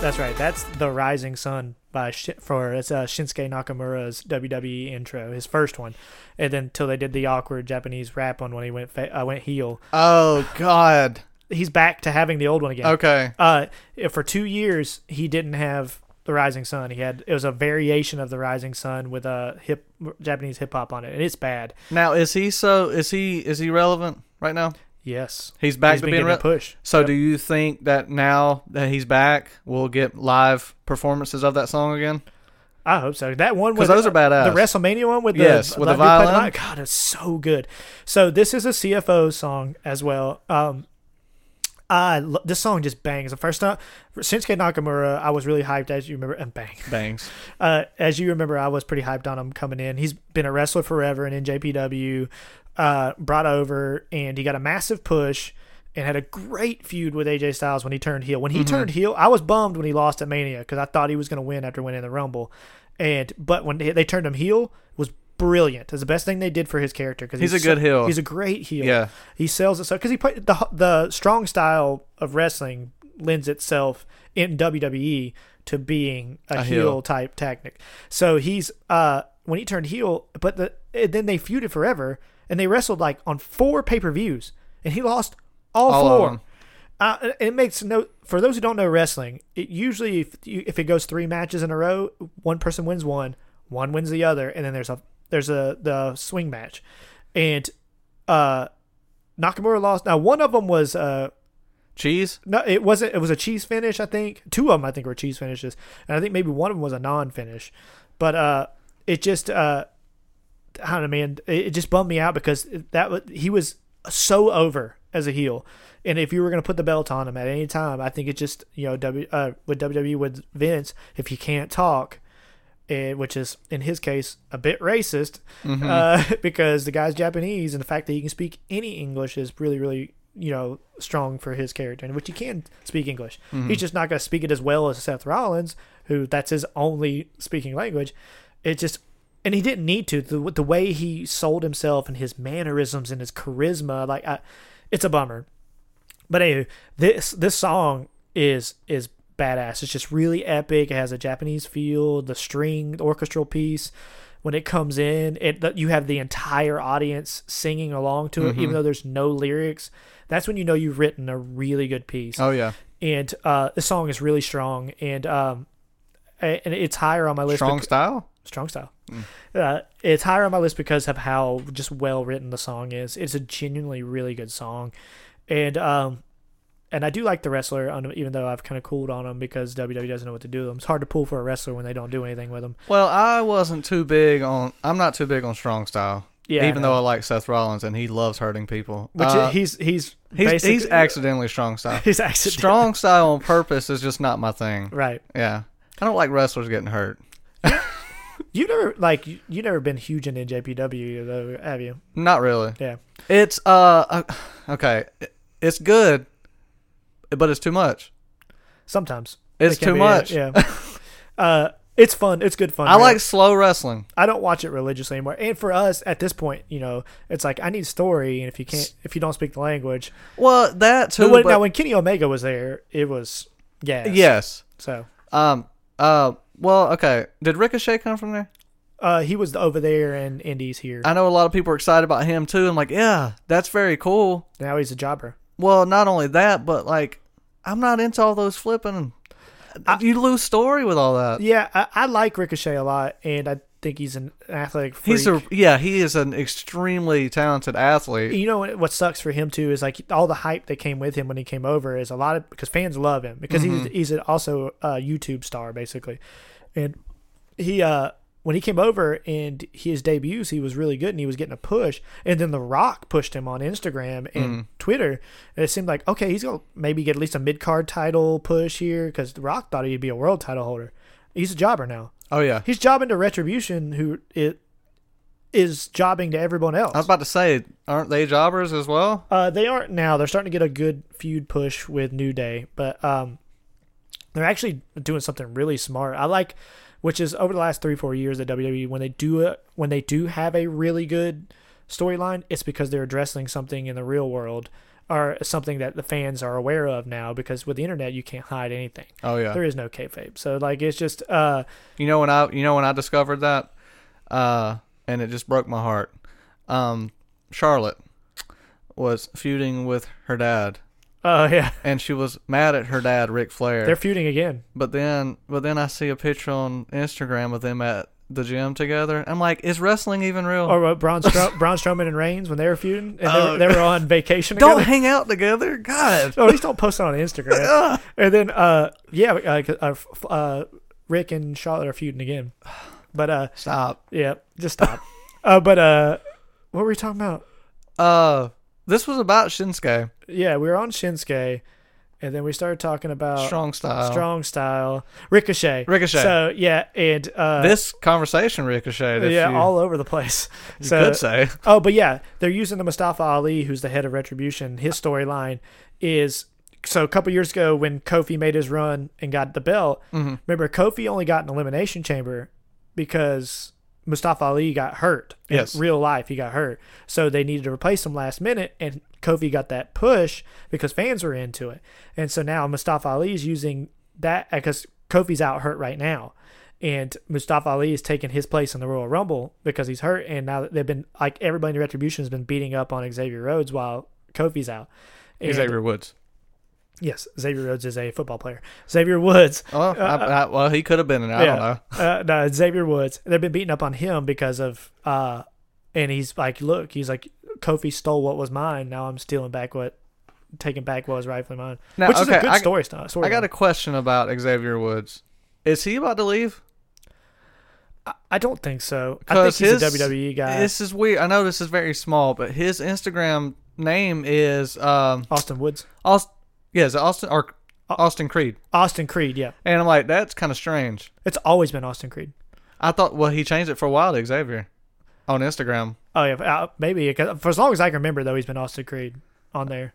C: That's right. That's the Rising Sun by Sh- for it's uh, Shinsuke Nakamura's WWE intro, his first one, and then till they did the awkward Japanese rap one when he went fa- uh, went heel.
B: Oh God.
C: He's back to having the old one again.
B: Okay.
C: Uh, if for two years he didn't have the Rising Sun. He had it was a variation of the Rising Sun with a hip Japanese hip hop on it, and it's bad.
B: Now is he so is he is he relevant right now?
C: Yes,
B: He's back to
C: been
B: being
C: getting a
B: re-
C: push.
B: So do you think that now that he's back, we'll get live performances of that song again?
C: I hope so. That one
B: 'Cause
C: was
B: those are badass.
C: The WrestleMania one with the
B: Yes, with the
C: dude playing
B: violin.
C: God, it's so good. So this is a CFO song as well. Um, I lo- this song just bangs. The first time Shinsuke Nakamura, I was really hyped as you remember, and bang.
B: Bangs.
C: Uh, as you remember, I was pretty hyped on him coming in. He's been a wrestler forever and in JPW, uh, brought over, and he got a massive push and had a great feud with AJ Styles when he turned heel. When
B: Mm-hmm.
C: he turned heel, I was bummed when he lost at Mania because I thought he was going to win after winning the Rumble. And but when they they turned him heel, it was brilliant. It's the best thing they did for his character because
B: He's a good heel.
C: He's a great heel.
B: Yeah.
C: he sells it so because he played the the strong style of wrestling lends itself in WWE to being a,
B: heel.
C: heel. type tactic. So he's uh when he turned heel, but the and then they feuded forever and they wrestled like on four pay per views and he lost all,
B: All of
C: four.
B: them.
C: Uh, and it makes no for those who don't know wrestling. It usually if you, if it goes three matches in a row, one person wins one, one wins the other, and then there's a there's a the swing match, and uh, Nakamura lost. Now one of them was uh
B: Cheese?
C: no, it wasn't. It was a cheese finish, I think. Two of them, I think, were cheese finishes, and I think maybe one of them was a non-finish. But uh, it just, uh, I don't know, man. It, it just bummed me out because that was he was so over as a heel, and if you were gonna put the belt on him at any time, I think it just you know W uh, with WWE with Vince, if you can't talk, eh, which is in his case a bit racist uh, because the guy's Japanese and the fact that he can speak any English is really really you know strong for his character and which he can speak English. He's just not going to speak it as well as Seth Rollins, who that's his only speaking language. It just and he didn't need to the the way he sold himself and his mannerisms and his charisma like I, it's a bummer. But anywho, this this song is is badass. It's just really epic. It has a Japanese feel, the string, the orchestral piece. When it comes in, it that you have the entire audience singing along to it, even
B: Mm-hmm.
C: though there's no lyrics. That's when you know you've written a really good piece.
B: Oh yeah.
C: And uh, the song is really strong, and um, a- and it's higher on my list.
B: Strong
C: bec-
B: style?
C: strong style.
B: Mm.
C: Uh, it's higher on my list because of how just well written the song is. It's a genuinely really good song, and um, and I do like the wrestler, on, even though I've kind of cooled on him because WWE doesn't know what to do with him. It's hard to pull for a wrestler when they don't do anything with him.
B: Well, I wasn't too big on I'm not too big on strong style.
C: Yeah, I
B: Even
C: know.
B: though I like Seth Rollins and he loves hurting people.
C: Which
B: Uh,
C: he's he's
B: he's,
C: basic-
B: he's accidentally strong style.
C: He's accident-
B: Strong style on purpose is just not my thing.
C: right.
B: Yeah. I don't like wrestlers getting hurt.
C: You never like you, you never been huge in NJPW though, have you?
B: Not really.
C: Yeah.
B: It's uh o- okay. It's good, but it's too much.
C: Sometimes
B: It's
C: It can
B: too
C: be,
B: much.
C: Yeah. uh, it's fun. It's good fun.
B: I
C: man.
B: like slow wrestling.
C: I don't watch it religiously anymore. And for us at this point, you know, it's like I need story, and if you can't, if you don't speak the language,
B: Well, that too.
C: but when,
B: but-
C: now when Kenny Omega was there, it was yeah,
B: yes.
C: So
B: Um. Uh. Well. Okay. Did Ricochet come from there?
C: uh, he was over there, and Indy's here.
B: I know a lot of people are excited about him too. I'm like, yeah, that's very cool.
C: now he's a jobber.
B: Well, not only that, but like, I'm not into all those flipping. you lose story with all that.
C: Yeah, I, I like Ricochet a lot, and I think he's an athletic. Freak.
B: He's a yeah. He is an extremely talented athlete.
C: you know what what sucks for him too is like all the hype that came with him when he came over is a lot of because fans love him because he's he's an- also a YouTube star basically, and he uh when he came over and his debuts he was really good and he was getting a push and then The Rock pushed him on Instagram and Twitter and it seemed like okay he's gonna maybe get at least a mid card title push here because The Rock thought he'd be a world title holder he's a jobber now
B: Oh yeah.
C: he's jobbing to Retribution who it is jobbing to everyone else.
B: I was about to say, aren't they jobbers as well?
C: Uh, they aren't now. They're starting to get a good feud push with New Day, but um, they're actually doing something really smart. I like, which is over the last three four years at WWE when they do a, when they do have a really good storyline, it's because they're addressing something in the real world or something that the fans are aware of now. Because with the internet, you can't hide anything.
B: Oh yeah.
C: There is no kayfabe, so like it's just uh,
B: You know when I you know when I discovered that, uh, and it just broke my heart. Um, Charlotte was feuding with her dad,
C: oh yeah,
B: and she was mad at her dad, Ric Flair.
C: they're feuding again.
B: but then, but then I see a picture on Instagram of them at the gym together. I'm like, is wrestling even real?
C: Or what Braun, Stro- Braun Strowman and Reigns when they were feuding and they, were, they were on vacation.
B: Oh. Don't
C: together.
B: hang out together, God.
C: or at least don't post it on Instagram. and then, uh, yeah, uh, 'cause, uh, f- uh, Rick and Charlotte are feuding again. But uh,
B: Stop.
C: yeah, just stop. uh, but uh, what were we talking about?
B: Uh, this was about Shinsuke,
C: Yeah, we were on Shinsuke, and then we started talking about
B: strong style.
C: Uh, strong style, Ricochet,
B: Ricochet.
C: So yeah, and uh,
B: This conversation ricocheted.
C: yeah,
B: you,
C: all over the place.
B: you
C: so
B: could say.
C: Oh, but yeah, they're using the Mustafa Ali, who's the head of Retribution. His storyline is so a couple years ago when Kofi made his run and got the belt. Remember, Kofi only got an elimination chamber because Mustafa Ali got hurt. In
B: Yes.
C: real life, he got hurt, so they needed to replace him last minute, and Kofi got that push because fans were into it, and so now Mustafa Ali is using that because Kofi's out hurt right now and Mustafa Ali is taking his place in the Royal Rumble because he's hurt, and now that they've been like everybody in the Retribution has been beating up on Xavier Rhodes while Kofi's out. And-
B: Xavier Woods.
C: yes, Xavier Rhodes is a football player. Xavier Woods,
B: Oh, I, I, well, he could have been in it. I don't know.
C: uh, no, Xavier Woods. They've been beating up on him because of, uh, and he's like, look, he's like, Kofi stole what was mine. Now I'm stealing back what, taking back what was rightfully mine.
B: Now,
C: Which is
B: okay,
C: a good
B: I-
C: story. st- story
B: I got
C: line.
B: a question about Xavier Woods. Is he about to leave?
C: I don't think so. I think he's a WWE guy.
B: This is weird. I know this is very small, but his Instagram name is um
C: Austin Woods,
B: Aust- yeah, is it Austin or Austin Creed.
C: Austin Creed. Yeah,
B: And I'm like, that's kind of strange.
C: it's always been Austin Creed.
B: I thought, well, he changed it for a while to Xavier on Instagram.
C: Oh yeah, uh, maybe 'cause for as long as I can remember, though, he's been Austin Creed on there.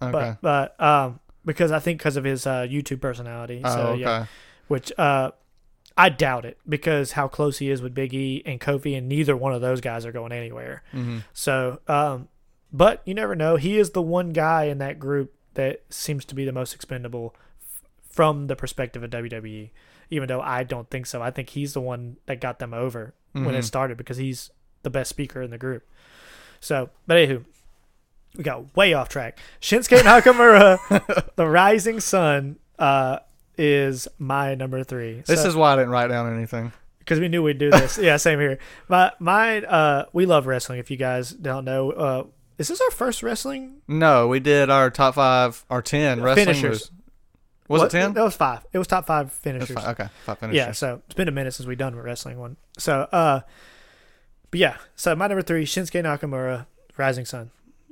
B: Okay.
C: But but um, because I think because of his uh, YouTube personality.
B: oh,
C: so
B: okay.
C: yeah, which uh, I doubt it because how close he is with Big E and Kofi, and neither one of those guys are going anywhere. So um, but you never know. He is the one guy in that group that seems to be the most expendable f- from the perspective of WWE. Even though I don't think so, I think he's the one that got them over when it started because he's the best speaker in the group. So, but anywho, we got way off track. Shinsuke Nakamura, the Rising Sun, uh, is my number three.
B: This is why I didn't write down anything.
C: because we knew we'd do this. yeah, same here. My mine. Uh, we love wrestling. If you guys don't know, uh, is this our first wrestling
B: No, we did our top five, our ten wrestling
C: Finishers.
B: moves. Was it ten?
C: That was five. It was top five finishers.
B: Fi- Okay, five finishers.
C: Yeah, so it's been a minute since we've done a wrestling one. So, uh, but yeah, so my number three, Shinsuke Nakamura, Rising Sun.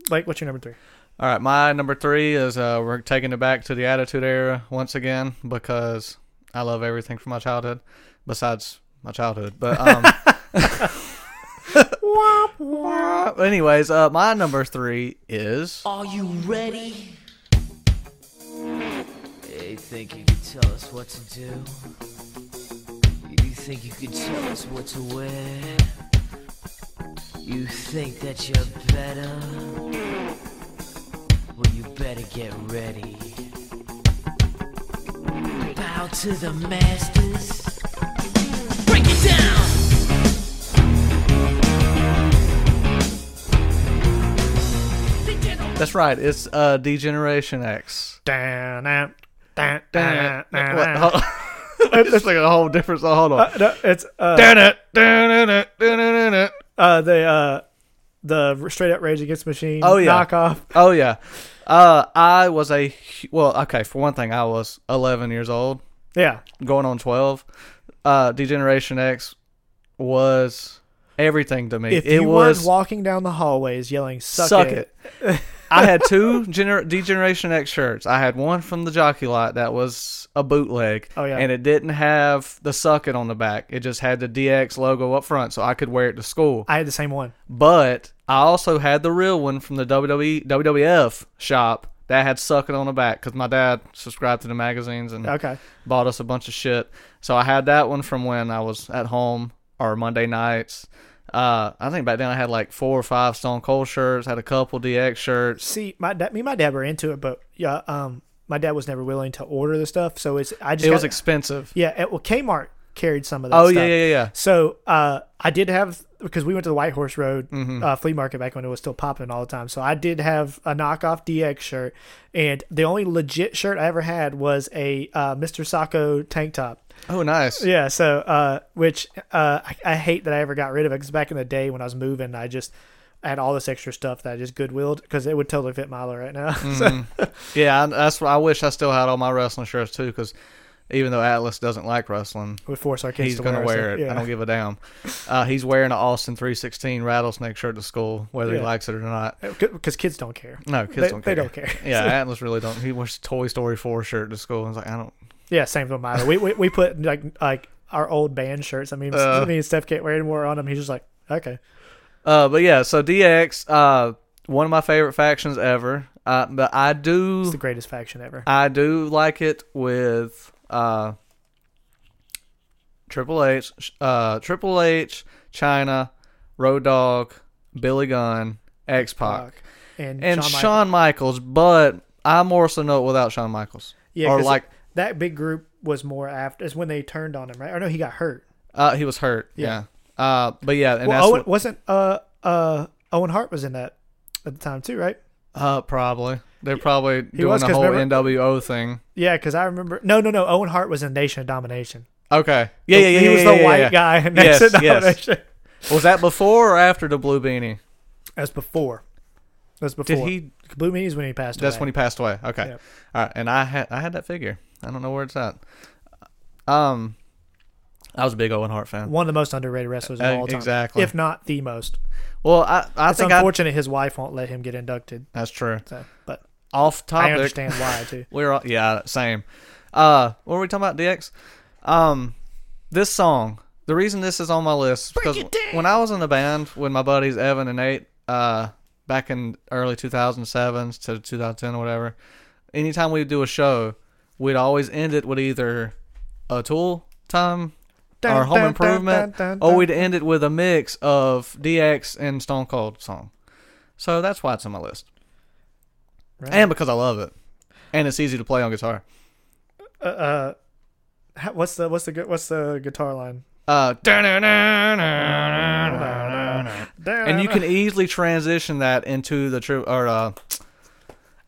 C: Like, what's your number three?
B: All right, my number three is uh, we're taking it back to the Attitude Era once again because I love everything from my childhood, besides my childhood. But um, But anyways, uh, my number three is
E: Are you ready? You think you can tell us what to do? You think you can tell us what to wear? You think that you're better? Well, you better get ready. Bow to the masters. Break it down!
B: that's right. It's uh, Degeneration X.
C: Down, down, down, down,
B: What? Hold- It's like a whole different. song. Hold on.
C: It's uh, uh, the uh, the straight up Rage Against the Machine.
B: Oh, yeah.
C: knockoff.
B: Oh yeah. Uh, I was a hu- well. Okay, for one thing, I was 11 years old,
C: Yeah,
B: going on 12. Uh, Degeneration X was everything to me.
C: if
B: it
C: you
B: was
C: weren't walking down the hallways yelling "suck,
B: suck
C: it.
B: it. I had two gener- Degeneration X shirts. I had one from the Jockey Lot that was a bootleg.
C: Oh, yeah.
B: And it didn't have the suck it on the back. It just had the DX logo up front, so I could wear it to school.
C: I had the same one.
B: But I also had the real one from the E, WWE WWF shop that had suck it on the back because my dad subscribed to the magazines and
C: Okay.
B: bought us a bunch of shit. So I had that one from when I was at home or Monday nights. Uh, I think back then I had like four or five Stone Cold shirts, had a couple DX shirts.
C: See, my dad, me and my dad were into it, but yeah, um, my dad was never willing to order the stuff, so it's I just
B: It
C: got-
B: was expensive.
C: yeah. It, well, Kmart carried some of that.
B: Oh
C: stuff.
B: yeah, yeah, yeah.
C: So uh, I did have because we went to the White Horse Road
B: Mm-hmm.
C: uh, flea market back when it was still popping all the time. So I did have a knockoff DX shirt, and the only legit shirt I ever had was a uh, Mr. Sacco tank top.
B: Oh nice.
C: Yeah, so uh, which uh, I, I hate that I ever got rid of it because back in the day when I was moving, I just I had all this extra stuff that I just goodwilled because it would totally fit Milo right now.
B: Mm.
C: so,
B: Yeah, I, that's why I wish I still had all my wrestling shirts too, because even though Atlas doesn't like wrestling,
C: we force our kids
B: he's
C: to
B: gonna wear it.
C: Yeah.
B: I don't give a damn. Uh, he's wearing an Austin 316 rattlesnake shirt to school, whether he
C: Yeah.
B: likes it or not.
C: because kids don't care.
B: No, kids
C: They-
B: don't
C: they
B: care.
C: don't care.
B: Yeah, Atlas really don't. He wears a Toy Story 4 shirt to school. and was like, I don't.
C: Yeah, same with Milo. we, we we put like like our old band shirts. I mean, me and Steph can't wear anymore on him. He's just like, okay,
B: Uh, but yeah, so DX, uh, one of my favorite factions ever. Uh, but I do,
C: it's the greatest faction ever.
B: I do like it with uh, Triple H, uh, Triple H, China, Road Dog, Billy Gunn, X Pac.
C: And
B: Ah. and
C: Shawn
B: Shawn, Michaels,
C: Michaels.
B: but I more so know it without Shawn Michaels.
C: yeah,
B: or
C: 'cause
B: like
C: that big group was more after. It's when they turned on him, right? Or no, he got hurt.
B: uh, he was hurt. Yeah. Uh, but yeah, and
C: Well,
B: that's
C: Owen
B: what,
C: wasn't uh uh Owen Hart was in that at the time too, right?
B: uh, probably they're probably doing
C: was,
B: the
C: 'cause
B: whole
C: remember-
B: NWO thing.
C: Yeah, because I remember. No, no, no. Owen Hart was in Nation of Domination.
B: Okay. Yeah, yeah, yeah.
C: he was
B: yeah,
C: the
B: yeah,
C: white
B: yeah.
C: guy in
B: Yes,
C: Nation of
B: yes.
C: Domination.
B: Was that before or after the blue beanie?
C: That's before. That's before.
B: Did he?
C: Blue Meanies when he passed
B: That's
C: away.
B: when he passed away. Okay.
C: Yep.
B: All right. And I had I had that figure. I don't know where it's at. Um, I was a big Owen Hart fan.
C: one of the most underrated wrestlers of
B: Uh,
C: all time.
B: exactly.
C: If not the most.
B: Well, I I
C: It's
B: think I,
C: unfortunate his wife won't let him get inducted.
B: that's true.
C: So, but
B: Off topic.
C: I understand why too.
B: We're all, yeah, same. Uh, what were we talking about, DX? Um, this song. The reason this is on my list is because when I was in the band with my buddies Evan and Nate, uh, back in early 2007s to 2010 or whatever, anytime we would do a show, we'd always end it with either a Tool time
C: Dun,
B: or Home
C: dun,
B: Improvement,
C: dun, dun, dun,
B: or we'd end it with a mix of DX and Stone Cold song. So that's why it's on my list,
C: Right.
B: and because I love it, and it's easy to play on guitar.
C: How- Uh, what's the what's the gu- what's the guitar line?
B: Uh,
C: Uh,
B: and you can easily transition that into the true or uh,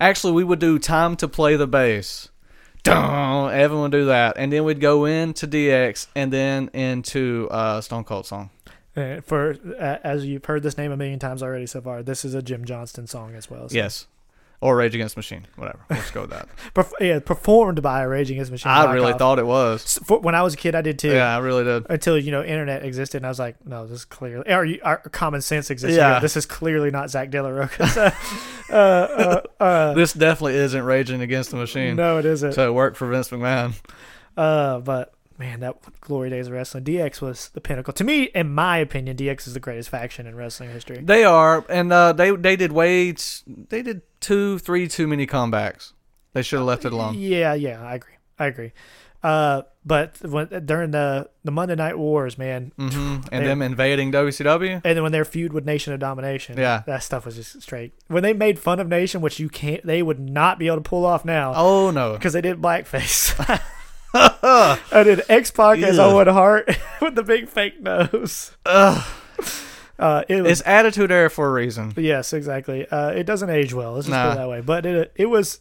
B: actually we would do time to play the bass. Dun, Evan would do that, and then we'd go into DX, and then into uh, Stone Cold song.
C: Uh, for uh, as you've heard this name a million times already so far, this is a Jim Johnston song as well. So.
B: Yes, or Rage Against the Machine, whatever. Let's go with that.
C: Perf- yeah, performed by Raging Against the Machine.
B: I really
C: knockoff.
B: thought it was.
C: S- for, when I was a kid, I did too.
B: Yeah, I really did.
C: Until you know, internet existed, and I was like, no, this is clearly or, you- or common sense existed.
B: Yeah.
C: Yeah. this is clearly not Zach De La Uh, Rocha. uh,
B: This definitely isn't Raging Against the Machine.
C: no, it isn't.
B: So it worked for Vince McMahon.
C: Uh, but man, that glory days of wrestling. DX was the pinnacle to me, in my opinion. DX is the greatest faction in wrestling history.
B: They are, and uh, they they did way t- they did two, three too many comebacks. They should have left it alone.
C: Yeah, yeah, I agree. I agree. Uh, but when, during the the Monday Night Wars, man,
B: Mm-hmm. And them invading WCW.
C: and then when their feud with Nation of Domination,
B: Yeah.
C: that stuff was just straight. When they made fun of Nation, which you can't, they would not be able to pull off now.
B: Oh no!
C: because they did blackface. I did X Pac as
B: Ugh.
C: Owen Hart with the big fake nose. Uh, it was,
B: It's attitude error for a reason.
C: yes, exactly. Uh, it doesn't age well. Let's just put
B: Nah.
C: it that way. But it it was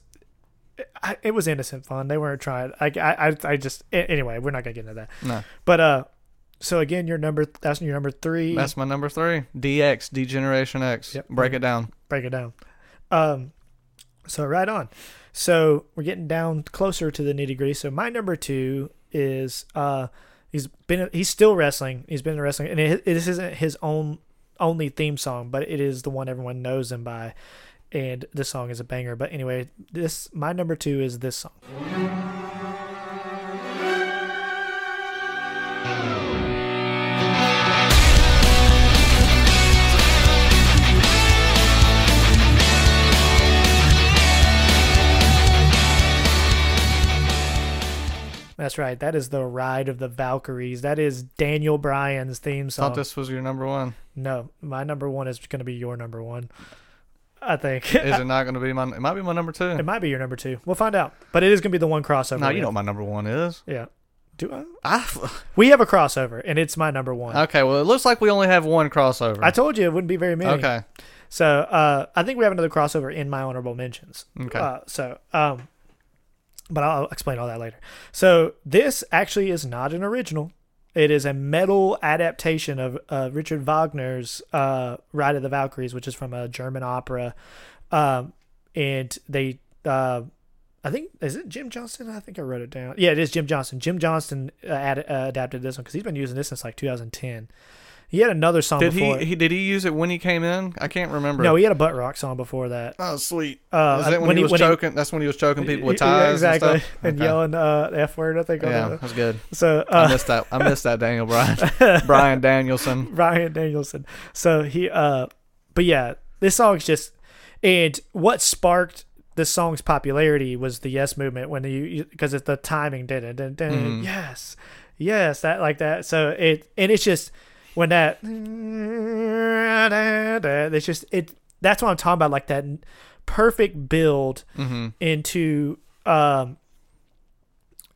C: I- it was innocent fun. They weren't trying. I I I- I just a- anyway. We're not gonna get into that.
B: No.
C: But uh, so again, your number that's your number three.
B: That's my number three. DX, Degeneration X.
C: Yep. Uh-huh.
B: Break it down.
C: break it down. Um, so right on. So we're getting down closer to the nitty gritty. So my number two is uh, he's been he's still wrestling. He's been wrestling, and it, this isn't his own only theme song, but it is the one everyone knows him by. And this song is a banger. But anyway, this my number two is this song. That's right. That is the ride of the Valkyries. That is Daniel Bryan's theme song.
B: Thought this was your number one.
C: no, my number one is going to be your number one. I think
B: Is it not going to be my? It might be my number two.
C: It might be your number two. We'll find out. But it is going to be the one crossover.
B: No,
C: we
B: you know
C: have.
B: what my number one is.
C: Yeah. Do I?
B: I,
C: We have a crossover, and it's my number one.
B: okay, well, it looks like we only have one crossover.
C: I told you it wouldn't be very many.
B: okay,
C: So uh, I think we have another crossover in my honorable mentions.
B: Okay.
C: Uh, so, um, but I'll explain all that later. So this actually is not an original. It is a metal adaptation of uh, Richard Wagner's uh, Ride of the Valkyries, which is from a German opera. Um, and they, uh, I think, is it Jim Johnston? I think I wrote it down. Yeah, it is Jim Johnston. Jim Johnston uh, ad- uh, adapted this one because he's been using this since like 2010. He had another song
B: did
C: before.
B: he, he did he use it when he came in? I can't remember.
C: No, he had a butt rock song before that.
B: oh sweet.
C: Uh,
B: Is that when,
C: when
B: he,
C: he-
B: was
C: when he-
B: choking? that's when he was choking people with
C: Yeah, yeah,
B: ties.
C: exactly,
B: and, stuff? Okay.
C: yelling uh, the f word. I think.
B: Yeah,
C: Yeah.
B: that's good.
C: So
B: I
C: uh,
B: missed that. I missed that Daniel Bryan. Brian Danielson.
C: Ryan Danielson. So he. Uh, but yeah, this song's just. And what sparked this song's popularity was the Yes movement when you because it's the timing did it. Dun, dun,
B: Mm-hmm.
C: Yes, yes, that like that. So it and it's just when that. It's just it. That's what I'm talking about. Like that perfect build
B: Mm-hmm.
C: into um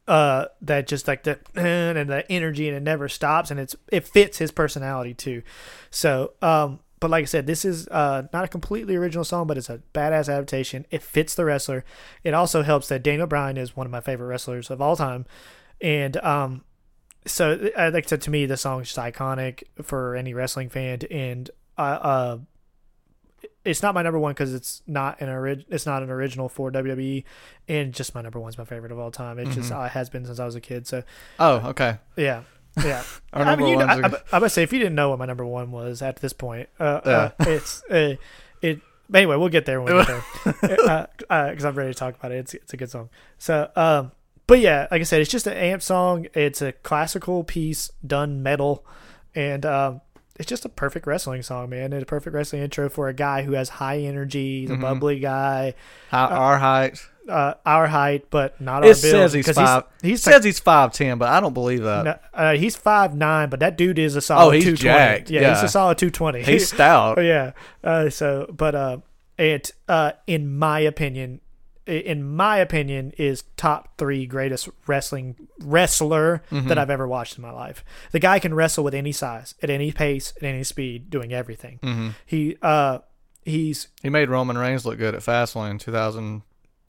C: uh that just like the and the energy and it never stops and it's it fits his personality too so um but like i said this is uh not a completely original song but it's a badass adaptation it fits the wrestler it also helps that daniel bryan is one of my favorite wrestlers of all time and um so th- i like to to me the song's just iconic for any wrestling fan and uh, uh it's not my number one because it's not an orig- it's not an original for E. WWE, and just my number one's my favorite of all time. It just
B: Mm-hmm.
C: uh, has been since I was a kid. So
B: Oh, okay.
C: yeah, yeah.
B: Our
C: I mean,
B: number
C: you know, I,
B: ones are-
C: I- I must say, if you didn't know what my number one was at this point, uh, uh,
B: Yeah.
C: it's uh, it. but Anyway, we'll get there when we get there, because uh, uh 'cause I'm ready to talk about it. It's it's a good song. So, um, but yeah, like I said, it's just an amp song. It's a classical piece done metal, and um, it's just a perfect wrestling song, man. And a perfect wrestling intro for a guy who has high energy,
B: Mm-hmm.
C: the bubbly guy,
B: Hi, our height.
C: uh, our height, but not
B: It
C: our build.
B: says he's
C: 'cause
B: five. He
C: He's, he's
B: says he's five ten, but I don't believe that.
C: no, uh, he's five nine, but that dude is a solid.
B: Oh, he's
C: 220.
B: jacked,
C: Yeah, he's
B: yeah.
C: a solid two twenty.
B: He's stout.
C: yeah. Uh, so, but uh, it uh, in my opinion, i- in my opinion, is top three greatest wrestling wrestler
B: Mm-hmm.
C: that I've ever watched in my life. The guy can wrestle with any size, at any pace, at any speed, doing everything.
B: Mm-hmm.
C: He uh, he's
B: He made Roman Reigns look good at Fastlane 2000,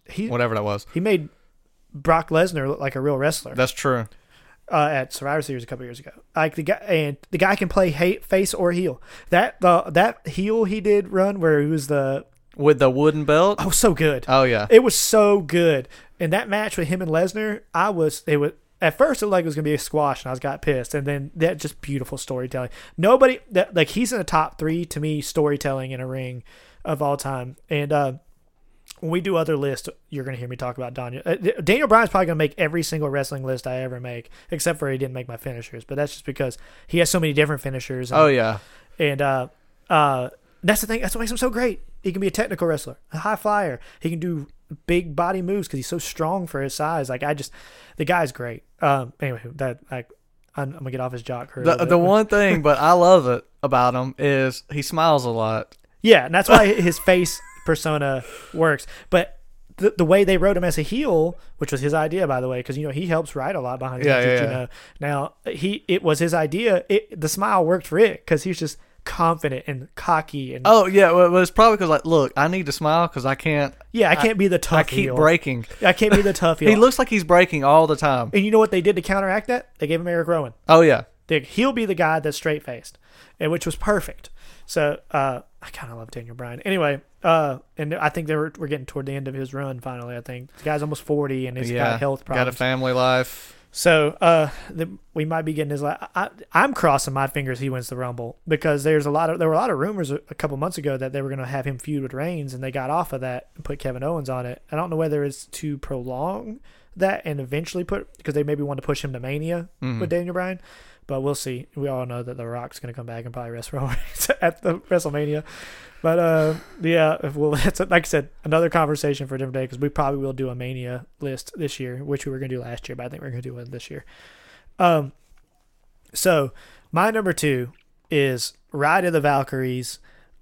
C: he
B: whatever that was.
C: he made Brock Lesnar look like a real wrestler.
B: That's true.
C: uh, at Survivor Series a couple years ago. Like the guy, and the guy can play hate face or heel. That the that heel he did run where he was the
B: With the wooden belt.
C: oh so good.
B: Oh, yeah.
C: it was so good. And that match with him and Lesnar, I was it was at first it looked like it was gonna be a squash, and I was got pissed. And then that just beautiful storytelling. Nobody that like he's in the top three to me storytelling in a ring of all time. And uh, when we do other lists, you're going to hear me talk about Daniel. Uh, th- Daniel Bryan's probably going to make every single wrestling list I ever make, except for he didn't make my finishers. But that's just because he has so many different finishers. And,
B: Oh yeah.
C: and uh, uh, that's the thing. That's what makes him so great. He can be a technical wrestler, a high flyer. He can do big body moves because he's so strong for his size. Like I just, the guy's great. Um, anyway, that like, I'm, I'm gonna get off his jock. here a
B: The
C: little bit.
B: the one thing, but I love it about him is he smiles a lot.
C: Yeah, and that's why his face persona works. But the, the way they wrote him as a heel, which was his idea, by the way, because you know he helps write a lot behind the
B: Yeah,
C: scenes,
B: yeah,
C: which you
B: yeah.
C: know. Now he it was his idea. It the smile worked for it because he was just confident and cocky and
B: Oh yeah, well, it's probably because like, look, I need to smile because I can't.
C: yeah, I can't be the tough.
B: I keep
C: heel.
B: breaking.
C: I can't be the tough heel.
B: He looks like he's breaking all the time.
C: and you know what they did to counteract that? They gave him Eric Rowan.
B: Oh yeah,
C: They, he'll be the guy that's straight faced, and which was perfect. So uh, I kind of love Daniel Bryan. Anyway, uh, and I think they were, we're getting toward the end of his run. Finally, I think the guy's almost forty and he's
B: yeah.
C: got health
B: Got a
C: problems.
B: family life.
C: so uh, the, we might be getting his. La- I, I'm crossing my fingers he wins the Rumble because there's a lot of there were a lot of rumors a, a couple months ago that they were going to have him feud with Reigns, and they got off of that and put Kevin Owens on it. I don't know whether it's to prolong that and eventually put because they maybe want to push him to Mania with Daniel Bryan. But we'll see. We all know that The Rock's going to come back and probably wrestle Roman Reigns at the WrestleMania. But uh, yeah, if well, that's like I said, another conversation for a different day because we probably will do a Mania list this year, which we were going to do last year, but I think we're going to do one this year. Um, so my number two is Ride of the Valkyries,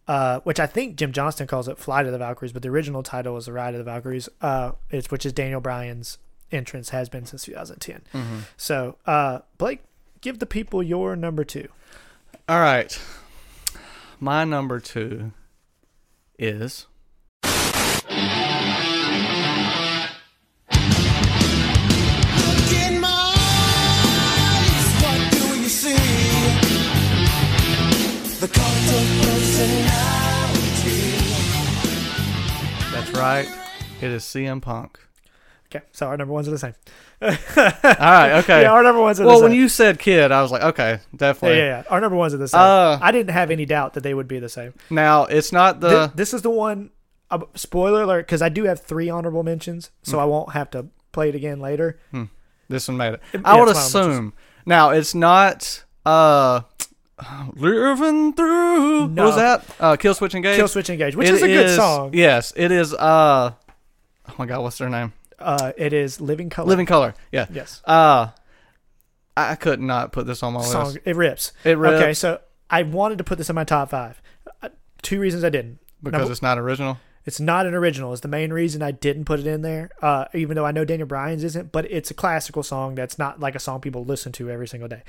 C: uh, which I think Jim Johnston calls it Fly to the Valkyries, but the original title was The Ride of the Valkyries, uh, it's, which is Daniel Bryan's entrance has been since 2010. So uh, Blake, give the people your number two.
B: All right, my number two is
D: Look in my eyes, what do you see? The cult of personality.
B: that's right. It is CM Punk.
C: Okay, so our number ones are the same.
B: All right, okay.
C: Yeah, our number ones are the
B: well,
C: same.
B: when you said kid, I was like, okay,
C: yeah,
B: definitely.
C: yeah, yeah. Our number ones are the same.
B: Uh,
C: I didn't have any doubt that they would be the same.
B: Now it's not
C: Th-
B: the
C: this is the one. Uh, spoiler alert, because I do have three honorable mentions, so
B: Mm.
C: I won't have to play it again later.
B: This one made it.
C: yeah,
B: I would
C: it's fine, which is-
B: assume. Now it's not uh living through. What
C: No.
B: was that? Uh, Kill Switch Engage.
C: Kill Switch Engage, which
B: It
C: is a good
B: is-
C: song.
B: Yes, it is. Uh, oh my God, what's their name?
C: Uh, it is Living Color.
B: Living Color. Yeah.
C: Yes.
B: Uh, I I could not put this on my
C: song.
B: list.
C: It rips.
B: Oh, It rips.
C: Okay, so I wanted to put this in my top five. Uh, two reasons I didn't.
B: Because
C: Number-
B: it's not original.
C: It's not an original. Is the main reason I didn't put it in there. Uh, even though I know Daniel Bryan's isn't, but it's a classical song that's not like a song people listen to every single day.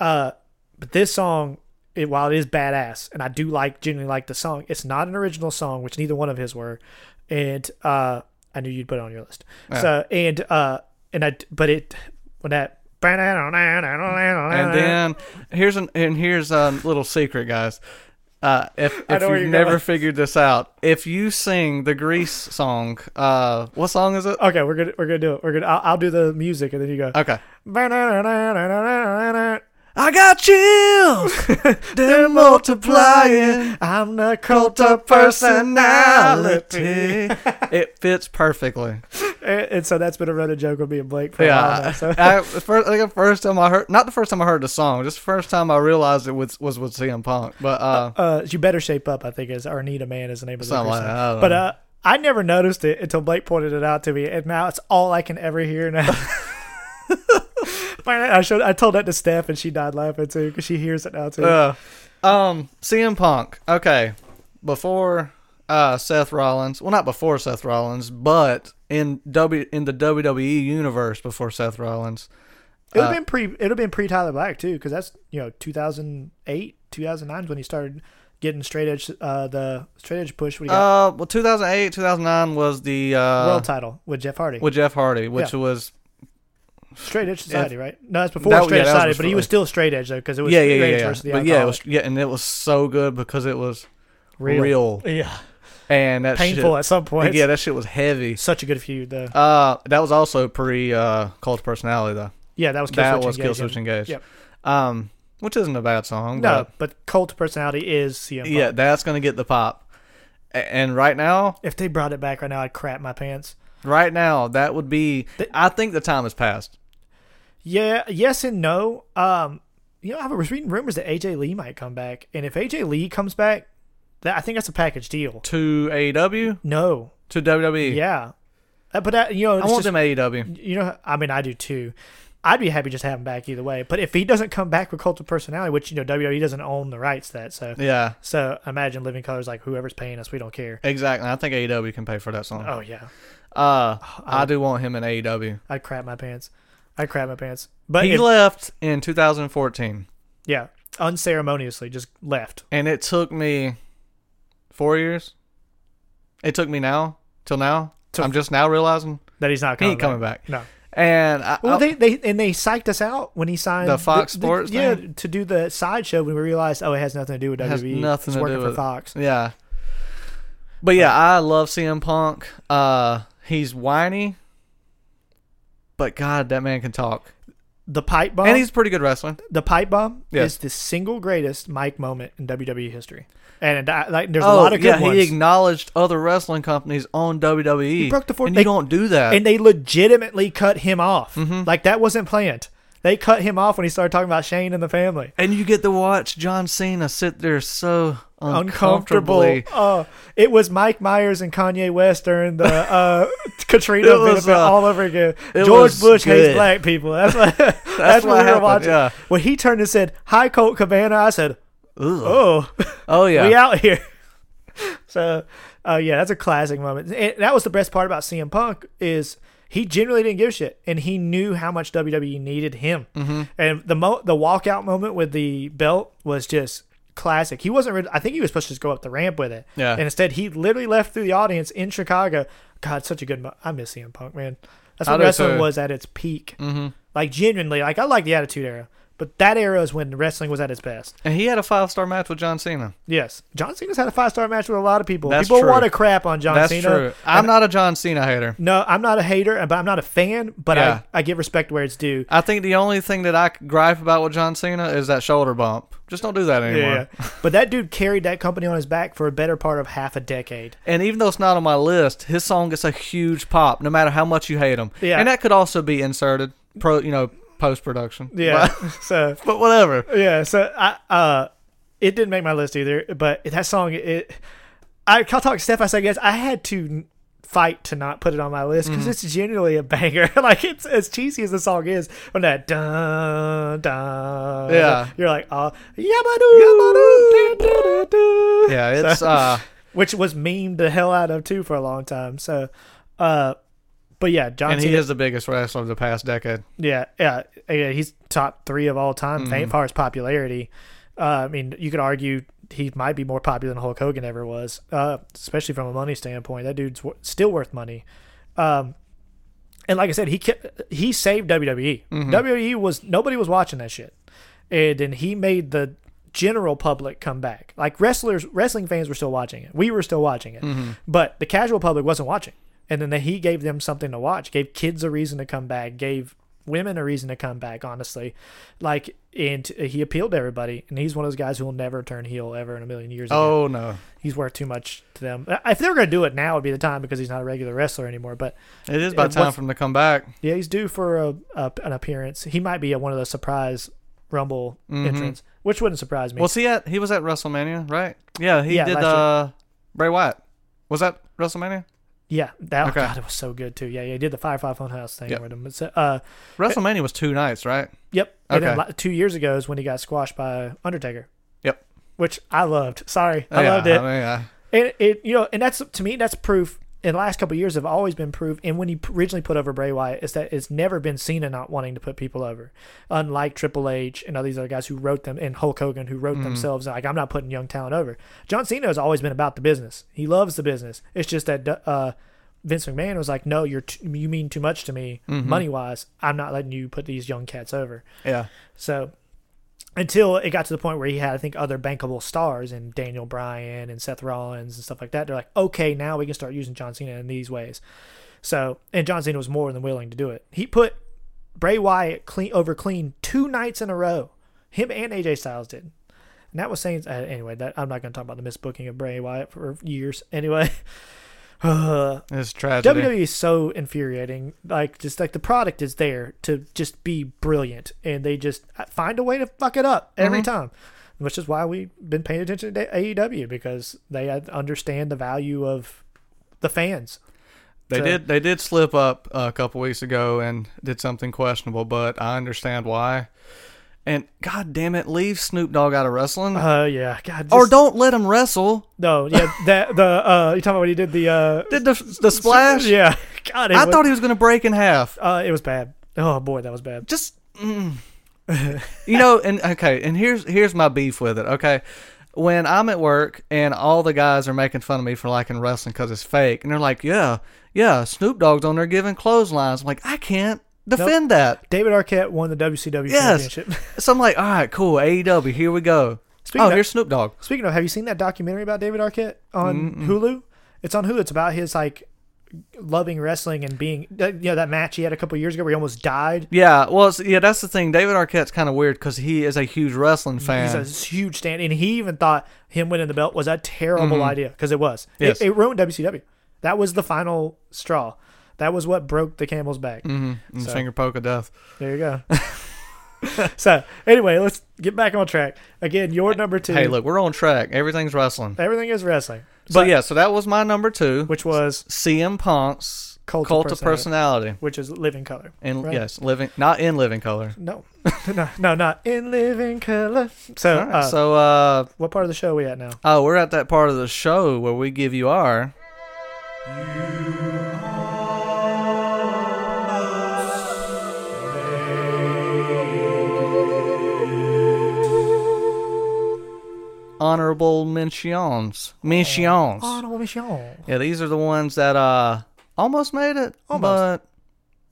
C: Uh, but this song, it, while it is badass, and I do like genuinely like the song, it's not an original song, which neither one of his were. And uh, I knew you'd put it on your list. So and uh, and I but it when that
B: And
C: and
B: then here's an and here's a little secret, guys. Uh, if if
C: know where
B: you've
C: you're
B: never
C: going.
B: figured this out, if you sing the Grease song, uh, what song is it?
C: okay, we're gonna we're gonna do it. We're gonna I'll, I'll do the music and then you go.
B: Okay.
C: I'm
B: I got chills. They're multiplying.
C: the cult
B: The
C: of personality.
B: personality. it fits perfectly.
C: And, and so that's been a running joke with me and Blake for a while now.
B: Yeah.
C: uh, So.
B: I, I- first, like the first time I heard, not the first time I heard the song, just the first time I realized it was was with CM Punk. But uh,
C: uh, you better shape up. I think is or need a man is the name of the
B: Something like
C: person.
B: that, I don't
C: But
B: know.
C: uh, I never noticed it until Blake pointed it out to me, and now it's all I can ever hear now. I showed I told that to Steph, and she died laughing too because she hears it now too.
B: uh, um, CM Punk. Okay, before uh Seth Rollins. Well, not before Seth Rollins, but in W in the WWE universe before Seth Rollins.
C: it
B: uh,
C: would have been pre it would have been pre Tyler Black too because that's you know 2008 2009 is when he started getting straight edge uh, the straight edge push when he got
B: Uh, well, 2008, 2009 was the uh,
C: world title with Jeff Hardy.
B: with Jeff Hardy, which
C: Yeah.
B: was
C: Straight Edge Society, right? No, that's before
B: That-
C: Straight
B: yeah,
C: Edge
B: that was
C: Society, but he
B: before.
C: was still Straight Edge though because it was
B: yeah, yeah, yeah,
C: Reigns
B: yeah.
C: versus the
B: But yeah, it was,
C: Alcoholic.
B: yeah, and it was so good because it was real,
C: yeah,
B: and that
C: painful
B: Shit,
C: at some point.
B: yeah, that shit was heavy.
C: such a good feud though.
B: Uh, that was also pre uh, Cult Personality though.
C: yeah, that was Kill
B: that
C: Switch
B: was Kill
C: Engage,
B: Switch
C: and-
B: Engage.
C: Yep.
B: Um, which isn't a bad song.
C: No,
B: but
C: but Cult personality is CM Punk.
B: yeah, that's gonna get the pop. A- And right now,
C: If they brought it back right now, I'd crap my pants.
B: right now, that would be. I think the time has passed.
C: Yeah, yes and no. Um, you know, I was reading rumors that AJ Lee might come back, and if AJ Lee comes back, that I think that's a package deal.
B: To AEW?
C: No,
B: To WWE?
C: yeah, Uh, but that, you know,
B: I
C: it's
B: want
C: just-
B: them E AEW.
C: You know, I mean, I do too. I'd be happy just to have him back either way. But if he doesn't come back with Cult of Personality, which you know WWE doesn't own the rights to that, so
B: Yeah,
C: So imagine Living Colors like whoever's paying us, we don't care.
B: exactly. I think AEW can pay for that song.
C: Oh yeah,
B: Uh, I do want him in AEW.
C: I'd crap my pants. I'd crap my pants. But
B: He
C: if-
B: left in 2014,
C: yeah, unceremoniously just left.
B: and it took me four years. It took me now till now.
C: Till-
B: I'm just now realizing.
C: That he's not
B: He
C: coming.
B: ain't
C: back.
B: coming back.
C: No.
B: And I,
C: Well,
B: I-
C: they, they and they psyched us out when he signed
B: The Fox Sports
C: yeah,
B: thing?
C: to do the sideshow when we realized oh it has nothing to do with WWE.
B: has nothing
C: it's
B: to
C: working
B: do
C: for
B: with
C: Fox.
B: Yeah. But yeah, I love CM Punk. Uh, he's whiny, but God, that man can talk,
C: The pipe bomb.
B: and he's a pretty good wrestler.
C: the pipe bomb
B: Yeah.
C: is the single greatest mic moment in WWE history. And I, like, there's
B: oh,
C: a lot of good
B: yeah,
C: ones.
B: he acknowledged other wrestling companies on WWE. He
C: broke the fourth-
B: And
C: they-
B: you don't do that.
C: and they legitimately cut him off.
B: Mm-hmm.
C: Like that wasn't planned. They cut him off when he started talking about Shane and the family.
B: and you get to watch John Cena sit there so
C: Uncomfortable.
B: uncomfortably.
C: Uh, it was Mike Myers and Kanye West during the uh, Katrina
B: It was,
C: benefit
B: uh,
C: all over again.
B: it
C: George
B: was
C: Bush hates
B: good.
C: black people. That's what,
B: what
C: that's what, we
B: happened,
C: were watching.
B: yeah.
C: When he turned and said, "Hi, Colt Cabana," I said,
B: Ugh.
C: "Oh,
B: Oh yeah,
C: we out here." so, uh, yeah, that's a classic moment. And that was the best part about CM Punk is he generally didn't give a shit, and he knew how much WWE needed him. Mm-hmm. And the mo- the walkout moment with the belt was just classic. He wasn't. Re- I think he was supposed to just go up the ramp with it.
B: Yeah.
C: And instead, he literally left through the audience in Chicago. God, such a good. Mo- I miss CM Punk, man. That's
B: I
C: when
B: do
C: wrestling
B: too.
C: was at its peak. Mm-hmm. Like genuinely, like I like the Attitude Era, but that era is when wrestling was at its best.
B: And he had a five star match with John Cena.
C: Yes, John Cena's had a five star match with a lot of people.
B: That's
C: people
B: true.
C: want to crap on John
B: That's
C: Cena.
B: true. I'm not a John Cena hater.
C: No, I'm not a hater, but I'm not a fan. But
B: Yeah.
C: I, I give respect where it's due.
B: I think the only thing that I could gripe about with John Cena is that shoulder bump. Just don't do that anymore.
C: Yeah, but that dude carried that company on his back for a better part of half a decade.
B: And even though it's not on my list, his song gets a huge pop, no matter how much you hate him.
C: Yeah.
B: And that could also be inserted, pro, you know, post production.
C: Yeah, so
B: But, but whatever.
C: yeah, so I uh, it didn't make my list either. But that song, it, I I'll talk to Steph. I said, guys, I had to fight to not put it on my list
B: Mm.
C: because it's genuinely a banger. like it's as cheesy as the song is. When that dun dun,
B: Yeah.
C: you're like, oh, yabadoo, yabadoo,
B: Yeah, it's uh,
C: which was memed the hell out of too for a long time. So, uh, but yeah, John
B: and he
C: Cena-
B: is the biggest wrestler of the past decade.
C: yeah, yeah, yeah. He's top three of all time fa- as far as popularity. Uh, I mean, you could argue he might be more popular than Hulk Hogan ever was, uh, especially from a money standpoint. That dude's wor- still worth money. Um, and like I said, he kept, he saved E. WWE. WWE was nobody was watching that shit, and then he made the general public come back. Like wrestlers, wrestling fans were still watching it. We were still watching it, but the casual public wasn't watching. And then they- he gave them something to watch. Gave kids a reason to come back. Gave women a reason to come back. Honestly, like and he appealed to everybody. And he's one of those guys who will never turn heel ever in a million years. again
B: Oh, no.
C: he's worth too much to them. If they were going to do it now, would be the time because he's not a regular wrestler anymore. But
B: It is about
C: It
B: time
C: was-
B: for him to come back.
C: yeah, he's due for a, a an appearance. He might be a, one of those surprise Rumble
B: Mm-hmm.
C: entrants, which wouldn't surprise me.
B: Was he at? He was at WrestleMania, right? Yeah, he
C: Yeah,
B: did.
C: last year. Uh,
B: Uh, Bray Wyatt was that WrestleMania?
C: yeah, that
B: Okay.
C: God, it was so good too. Yeah, yeah, he did the Firefly Funhouse thing
B: Yep.
C: with him. It's, uh,
B: WrestleMania was two nights, right?
C: yep. And then
B: Okay.
C: li- two years ago is when he got squashed by Undertaker,
B: Yep.
C: which I loved. Sorry, I
B: Yeah,
C: loved it.
B: mean, I-
C: And it, you know, and that's to me, that's proof. In the last couple of years, have always been proof. And when he p- originally put over Bray Wyatt, is that it's never been Cena not wanting to put people over, unlike Triple H and all these other guys who wrote them, and Hulk Hogan who wrote themselves like I'm not putting young talent over. John Cena has always been about the business. He loves the business. It's just that uh, Vince McMahon was like, no, you're t- you mean too much to me, money wise. I'm not letting you put these young cats over.
B: yeah.
C: So until it got to the point where he had, I think, other bankable stars and Daniel Bryan and Seth Rollins and stuff like that, they're like, okay, now we can start using John Cena in these ways. So and John Cena was more than willing to do it. He put Bray Wyatt clean over clean two nights in a row. Him and AJ Styles did. And that was saying uh, anyway. That I'm not going to talk about the misbooking of Bray Wyatt for years. Anyway, Uh,
B: It's tragedy.
C: WWE is so infuriating. Like just like the product is there to just be brilliant, and they just uh, find a way to fuck it up every time. Which is why we've been paying attention to AEW because they uh, understand the value of the fans.
B: They
C: So-
B: did. They did slip up a couple weeks ago and did something questionable, but I understand why. And god damn it, leave Snoop Dogg out of wrestling,
C: Uh, yeah, God.
B: or
C: just-
B: don't let him wrestle.
C: No, yeah, that the uh, you talking about when he did the uh,
B: Did the the splash?
C: Yeah, God, it
B: I
C: was,
B: thought he was gonna break in half.
C: uh, it was bad. Oh boy, that was bad.
B: Just mm. you know, and okay, and here's here's my beef with it. Okay, when I'm at work and all the guys are making fun of me for liking wrestling because it's fake, and they're like, "Yeah, yeah, Snoop Dogg's on there giving clotheslines." I'm like, I can't defend that.
C: David Arquette won the WCW
B: Yes.
C: championship.
B: so I'm like, all right, cool. AEW, here we go.
C: Speaking
B: oh,
C: of-
B: here's Snoop Dogg.
C: Speaking of, have you seen that documentary about David Arquette on Hulu? It's on Hulu. It's about his like loving wrestling and being that- you know that match he had a couple years ago where he almost died.
B: Yeah, well, it's- yeah, that's the thing. David Arquette's kind of weird because he is a huge wrestling fan.
C: He's a huge stand, and he even thought him winning the belt was a terrible idea because it was. It-
B: Mm-hmm. Yes.
C: It, ruined WCW. That was the final straw. That was what broke the camel's back.
B: And Finger poke of death.
C: There you go. so anyway, let's get back on track. Again, your number two.
B: Hey, look, we're on track. Everything's wrestling.
C: everything is wrestling,
B: but yeah, so that was my number two,
C: which was
B: CM Punk's
C: Cult
B: Cult,
C: of
B: of Personality.
C: which is living color.
B: And
C: right?
B: yes, living not in living color.
C: No, no, no, not in living color. So,
B: All right,
C: uh,
B: so uh
C: what part of the show are we at now?
B: oh, we're at that part of the show where we give you our honorable mentions. Mentions.
C: Honorable mention.
B: Yeah, these are the ones that uh almost made it, but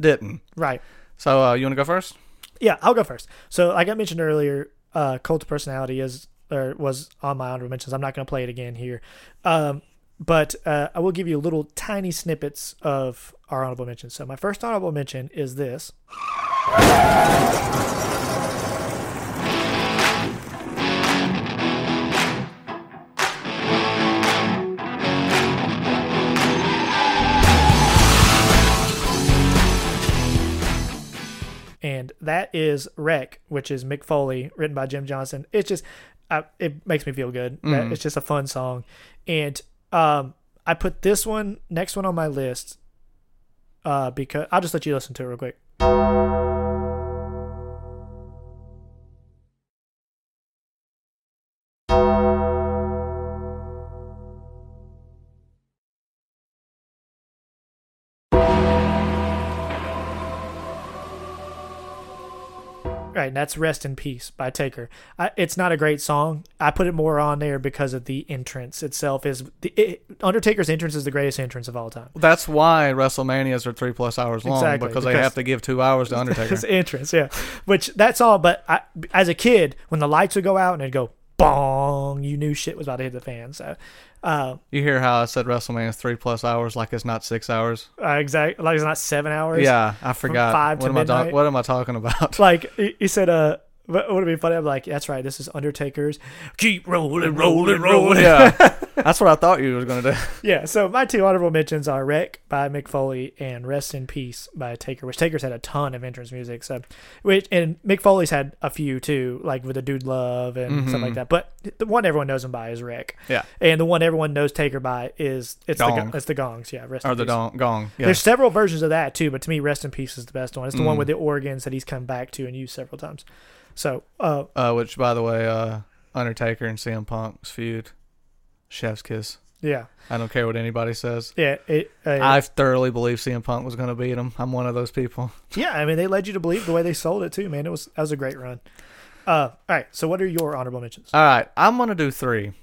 B: didn't.
C: Right.
B: So uh, you want to go first?
C: Yeah, I'll go first. So, like I mentioned earlier, uh, Cult of Personality is or was on my honorable mentions. I'm not going to play it again here, um, but uh, I will give you little tiny snippets of our honorable mentions. So, my first honorable mention is this. and that is Wreck, which is Mick Foley, written by Jim Johnson. It's just, I, it makes me feel good. That- It's just a fun song, and um, I put this one, next one on my list, uh, because I'll just let you listen to it real quick. Right, and that's "Rest in Peace" by Taker. I, it's not a great song. I put it more on there because of the entrance itself. Is the it, Undertaker's entrance is the greatest entrance of all time.
B: That's why WrestleManias are three plus hours long
C: Exactly,
B: because they
C: because-
B: have to give two hours to Undertaker.
C: His entrance, yeah. Which that's all. But I, as a kid, when the lights would go out and it'd go bong, you knew shit was about to hit the fan. So, uh,
B: You hear how I said WrestleMania is three plus hours, like it's not six hours.
C: exactly. uh, Like it's not seven hours.
B: Yeah, I forgot.
C: five to
B: what am I talk-
C: midnight?
B: What am I talking about?
C: Like he he said, uh, what would it be funny? I'm like, that's right. This is Undertaker's. Keep rolling, rolling, rolling.
B: yeah, that's what I thought you were gonna do.
C: Yeah, so my two honorable mentions are Wreck by Mick Foley and Rest in Peace by Taker, which Taker's had a ton of entrance music. So, which and Mick Foley's had a few too, like with the Dude Love and
B: Mm-hmm.
C: stuff like that. But the one everyone knows him by is Wreck.
B: Yeah.
C: and the one everyone knows Taker by is it's
B: Gong.
C: the it's the Gongs. Yeah, Rest
B: Or
C: in
B: the
C: Peace.
B: don- gong. Yeah. Mm.
C: There's several versions of that too, but to me, Rest in Peace is the best one. It's the one with the organs that he's come back to and used several times. So, uh,
B: Uh, which, by the way, uh, Undertaker and CM Punk's feud, Chef's kiss.
C: yeah,
B: I don't care what anybody says.
C: yeah, it, uh,
B: I thoroughly believe CM Punk was gonna beat him. I'm one of those people.
C: yeah. I mean, they led you to believe the way they sold it too, man. It was that was a great run. Uh, all right. So, what are your honorable mentions?
B: All right, I'm gonna do three
C: Okay.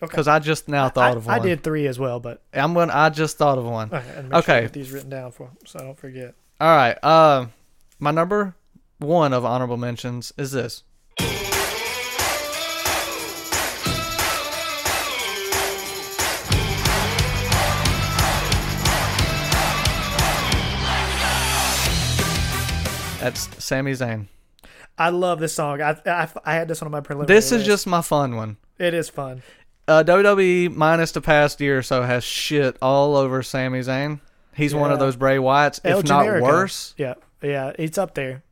B: because I just now thought
C: I,
B: of one.
C: I did three as well, but
B: I'm gonna. I just thought of one.
C: okay. and make sure I
B: Okay.
C: get these written down for so I don't forget.
B: All right. Uh, my number one of honorable mentions is this. That's Sami Zayn.
C: I love this song. I, I, I had this on my preliminary.
B: This is
C: list.
B: just my fun one.
C: it is fun.
B: Uh, WWE minus the past year or so has shit all over Sami Zayn. He's one of
C: Yeah.
B: those Bray Wyatts, if
C: El
B: not
C: Generico.
B: worse.
C: Yeah, yeah, it's up there.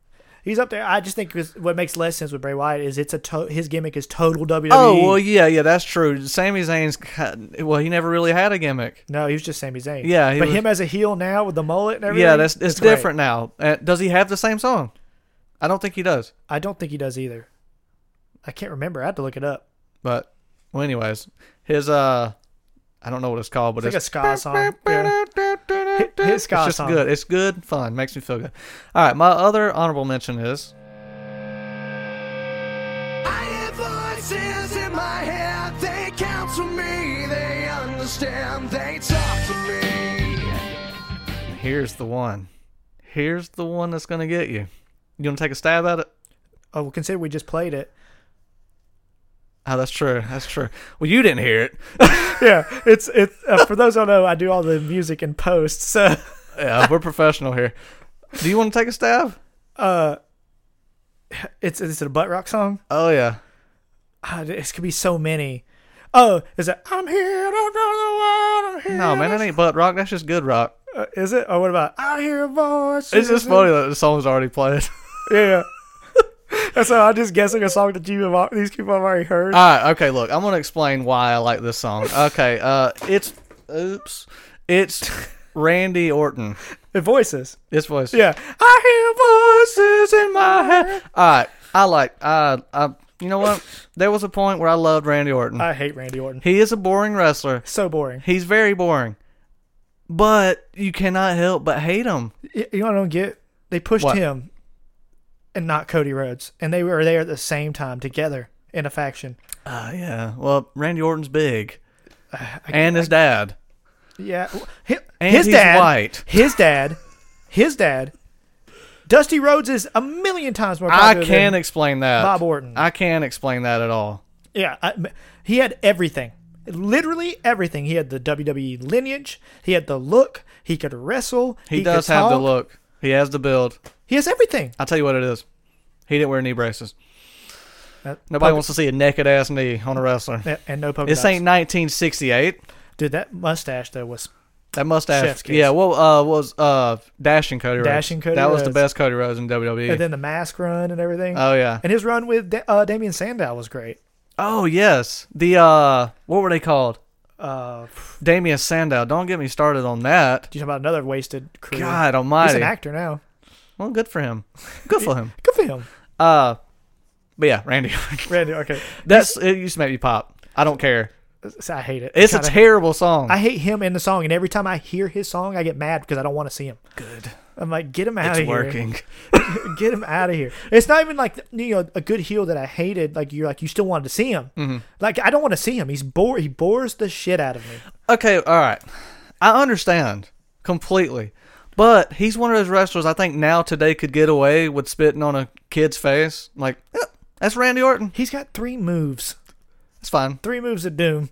C: He's up there. I just think 'cause what makes less sense with Bray Wyatt is it's a to- his gimmick is total E. WWE.
B: Oh well, yeah, yeah, that's true. Sami Zayn's kind- well, he never really had a gimmick.
C: no, he was just Sami Zayn.
B: Yeah, he
C: but
B: was-
C: him as a heel now with the mullet and everything.
B: Yeah, that's it's
C: great.
B: different now. Uh, does he have the same song? I don't think he does.
C: I don't think he does either. I can't remember. I had to look it up.
B: But well, anyways, his uh, I don't know what it's called, but
C: It's like a
B: it's,
C: ska song. Yeah. Hit- hit ska
B: it's just
C: song.
B: good. It's good, fun, makes me feel good. All right, my other honorable mention is
A: I hear voices in my head, they counsel me, they understand, they talk to me.
B: here's the one. Here's the one that's gonna get you. You wanna take a stab at it?
C: Oh, well, consider we just played it.
B: Oh, that's true. That's true. Well, you didn't hear it.
C: Yeah, it's it's uh, for those who don't know, I do all the music in post. So,
B: Yeah, Uh, we're professional here. Do you want to take a stab?
C: uh, it's is it a butt rock song?
B: Oh yeah.
C: Ah, this could be so many. Oh, is it? I'm here to run the world. I'm here.
B: No man, that ain't butt rock. That's just good rock.
C: Uh, is it? Or what about? I hear a voice.
B: It's just funny that the song's already played.
C: Yeah. And so I'm just guessing a song that you have, al- these people have already heard.
B: All right, okay. Look, I'm gonna explain why I like this song. Okay, uh, it's oops, it's Randy Orton.
C: the voices.
B: This voice.
C: Yeah.
B: I hear voices in my head. All right, I like. I, I, you know what? There was a point where I loved Randy Orton.
C: I hate Randy Orton.
B: he is a boring wrestler.
C: So boring.
B: He's very boring, but you cannot help but hate him.
C: Y- You know what I don't get? They pushed
B: What?
C: him and not Cody Rhodes. And they were there at the same time together in a faction.
B: Uh, yeah. Well, Randy Orton's big, and his dad.
C: Yeah. w- hi-
B: And
C: his
B: he's
C: dad.
B: white.
C: His dad. His dad. Dusty Rhodes is a million times more
B: I
C: popular
B: can't
C: than
B: explain that.
C: Bob Orton.
B: I can't explain that at all.
C: Yeah, I, m- he had everything. Literally everything. He had the WWE lineage. He had the look. He could wrestle.
B: He,
C: could
B: does have the
C: talk.
B: look. He has the build.
C: He has everything.
B: I'll tell you what it is. He didn't wear knee braces.
C: That-
B: Nobody wants to see a naked ass knee on a wrestler.
C: Uh, Yeah, And no polka
B: This
C: dots.
B: ain't 1968.
C: dude. That mustache though was
B: That mustache.
C: Chef's kiss.
B: Yeah, well, uh, was uh, dashing Cody Rhodes.
C: Dashing Cody
B: That was the
C: Rhodes.
B: best Cody Rhodes in WWE.
C: and then the mask run and everything.
B: oh yeah.
C: and his run with da- uh, Damian Sandow was great.
B: Oh yes. The uh, what were they called?
C: Uh,
B: Damian Sandow. Don't get me started on that.
C: you talk about another wasted career.
B: God
C: he's
B: Almighty.
C: an actor now.
B: Well, good for him. Good for him.
C: Good for him,
B: Uh, but yeah, Randy.
C: Randy. Okay,
B: That's it. Used to make me pop. I don't care.
C: So I hate it.
B: It's a
C: Kinda-
B: terrible song.
C: I hate him in the song, and every time I hear his song, I get mad because I don't want to see him. Good. I'm like, get him out
B: it's
C: of here.
B: working.
C: get him out of here. It's not even like you know a good heel that I hated. Like you're like you still wanted to see him. Like I don't want to see him. He's bore. He bores the shit out of me.
B: Okay, all right. I understand completely. But he's one of those wrestlers I think now today could get away with spitting on a kid's face. Like, "Eh, that's Randy Orton.
C: He's got three moves.
B: That's fine.
C: Three moves of doom.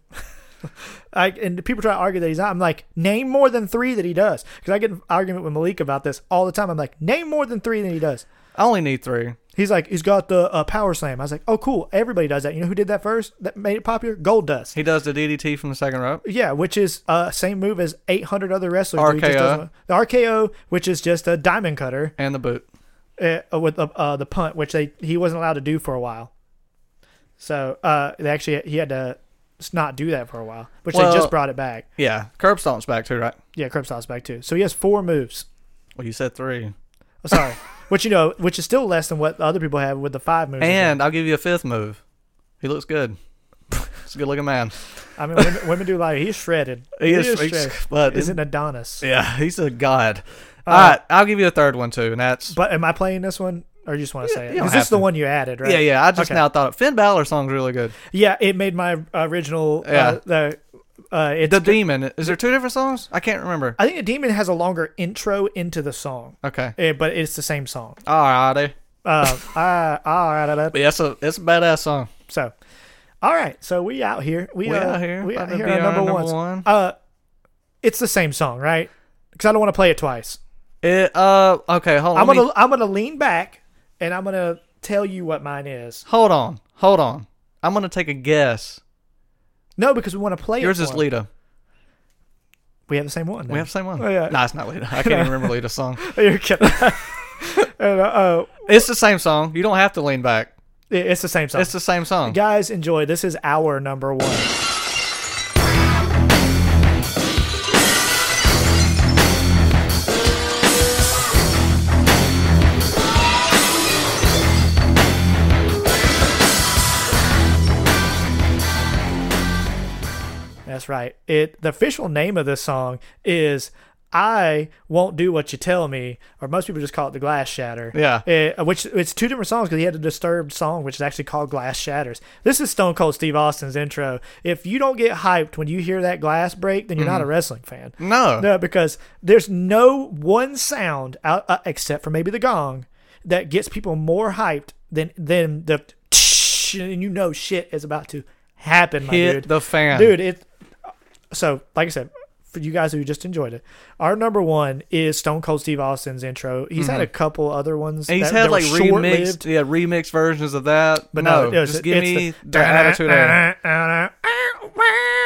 C: I, and people try to argue that he's not. I'm like, name more than three that he does. Because I get an argument with Malik about this all the time. I'm like, name more than three that he does.
B: I only need three.
C: He's like, he's got the uh, power slam. I was like, oh, cool. Everybody does that. You know who did that first? That made it popular? Gold Dust.
B: He does the DDT from the second rope.
C: Yeah, which is uh same move as 800 other wrestlers. do. He just
B: RKO.
C: doesn't- the RKO, which is just a diamond cutter
B: And the boot.
C: uh, with uh, uh, the punt, which they he wasn't allowed to do for a while. So uh, they actually he had to s- not do that for a while, which
B: Well-
C: they just brought it back.
B: Yeah. Curb stomp's back too, right?
C: Yeah, Crip Sauce back too. So he has four moves.
B: Well, you said three.
C: Oh, sorry, which you know, which is still less than what other people have with the five moves.
B: And I'll give you a fifth move. He looks good. He's a good looking man.
C: I mean, women, women do like he's shredded.
B: He is- he's- but-
C: is an Adonis.
B: Yeah, he's a god. All right, I'll give you a third one too, and that's.
C: But am I playing this one? Or you just want to say it?
B: you don't
C: Is this
B: have
C: the
B: to.
C: one you added, right?
B: Yeah, yeah. I just
C: Okay.
B: now thought Finn Balor song's really good.
C: Yeah, it made my original.
B: Yeah.
C: Uh, the uh, it's.
B: The Demon. Is there two different songs? I can't remember.
C: I think the demon has a longer intro into the song,
B: Okay.
C: Eh, but it's the same song.
B: Alrighty.
C: Uh, ah, ah, da, da, da.
B: But yeah, it's a it's a badass song.
C: So, all right, so we out here. We,
B: We
C: uh,
B: out here.
C: We
B: About
C: out
B: to
C: here.
B: be
C: Our
B: our
C: number,
B: number
C: ones.
B: one.
C: Uh, it's the same song, right? Because I don't want to play it twice.
B: It uh okay, hold on.
C: I'm
B: let
C: gonna
B: me-
C: I'm gonna lean back and I'm gonna tell you what mine is.
B: Hold on, hold on. I'm gonna take a guess.
C: No, because we want to play it
B: Yours
C: for
B: is
C: him.
B: Lita.
C: We have the same one. Then.
B: We have the same one.
C: Oh, yeah.
B: No, it's not Lita. I can't even remember Lita's song.
C: You're kidding. and, uh, uh,
B: It's the same song. You don't have to lean back.
C: it- it's the same song.
B: It's the same song.
C: Guys, enjoy. This is our number one. That's right. It the official name of this song is "I Won't Do What You Tell Me," or most people just call it "The Glass Shatter."
B: Yeah.
C: Uh, which it's two different songs because he had a disturbed song, which is actually called "Glass Shatters." This is Stone Cold Steve Austin's intro. If you don't get hyped when you hear that glass break, then you're not a wrestling fan.
B: Mm-hmm. No.
C: No, because there's no one sound out, uh, except for maybe the gong that gets people more hyped than than the and you know shit is about to happen. My
B: Hit
C: dude.
B: the fan.
C: dude. It so like I said. For you guys who just enjoyed it, our number one is Stone Cold Steve Austin's intro. He's had a couple other ones.
B: And Mm-hmm. he's
C: that-
B: had
C: that were
B: like remixed,
C: short-lived,
B: yeah, remixed versions of that.
C: but
B: no,
C: no, it was-
B: just give
C: it's
B: me
C: the-
B: the attitude era,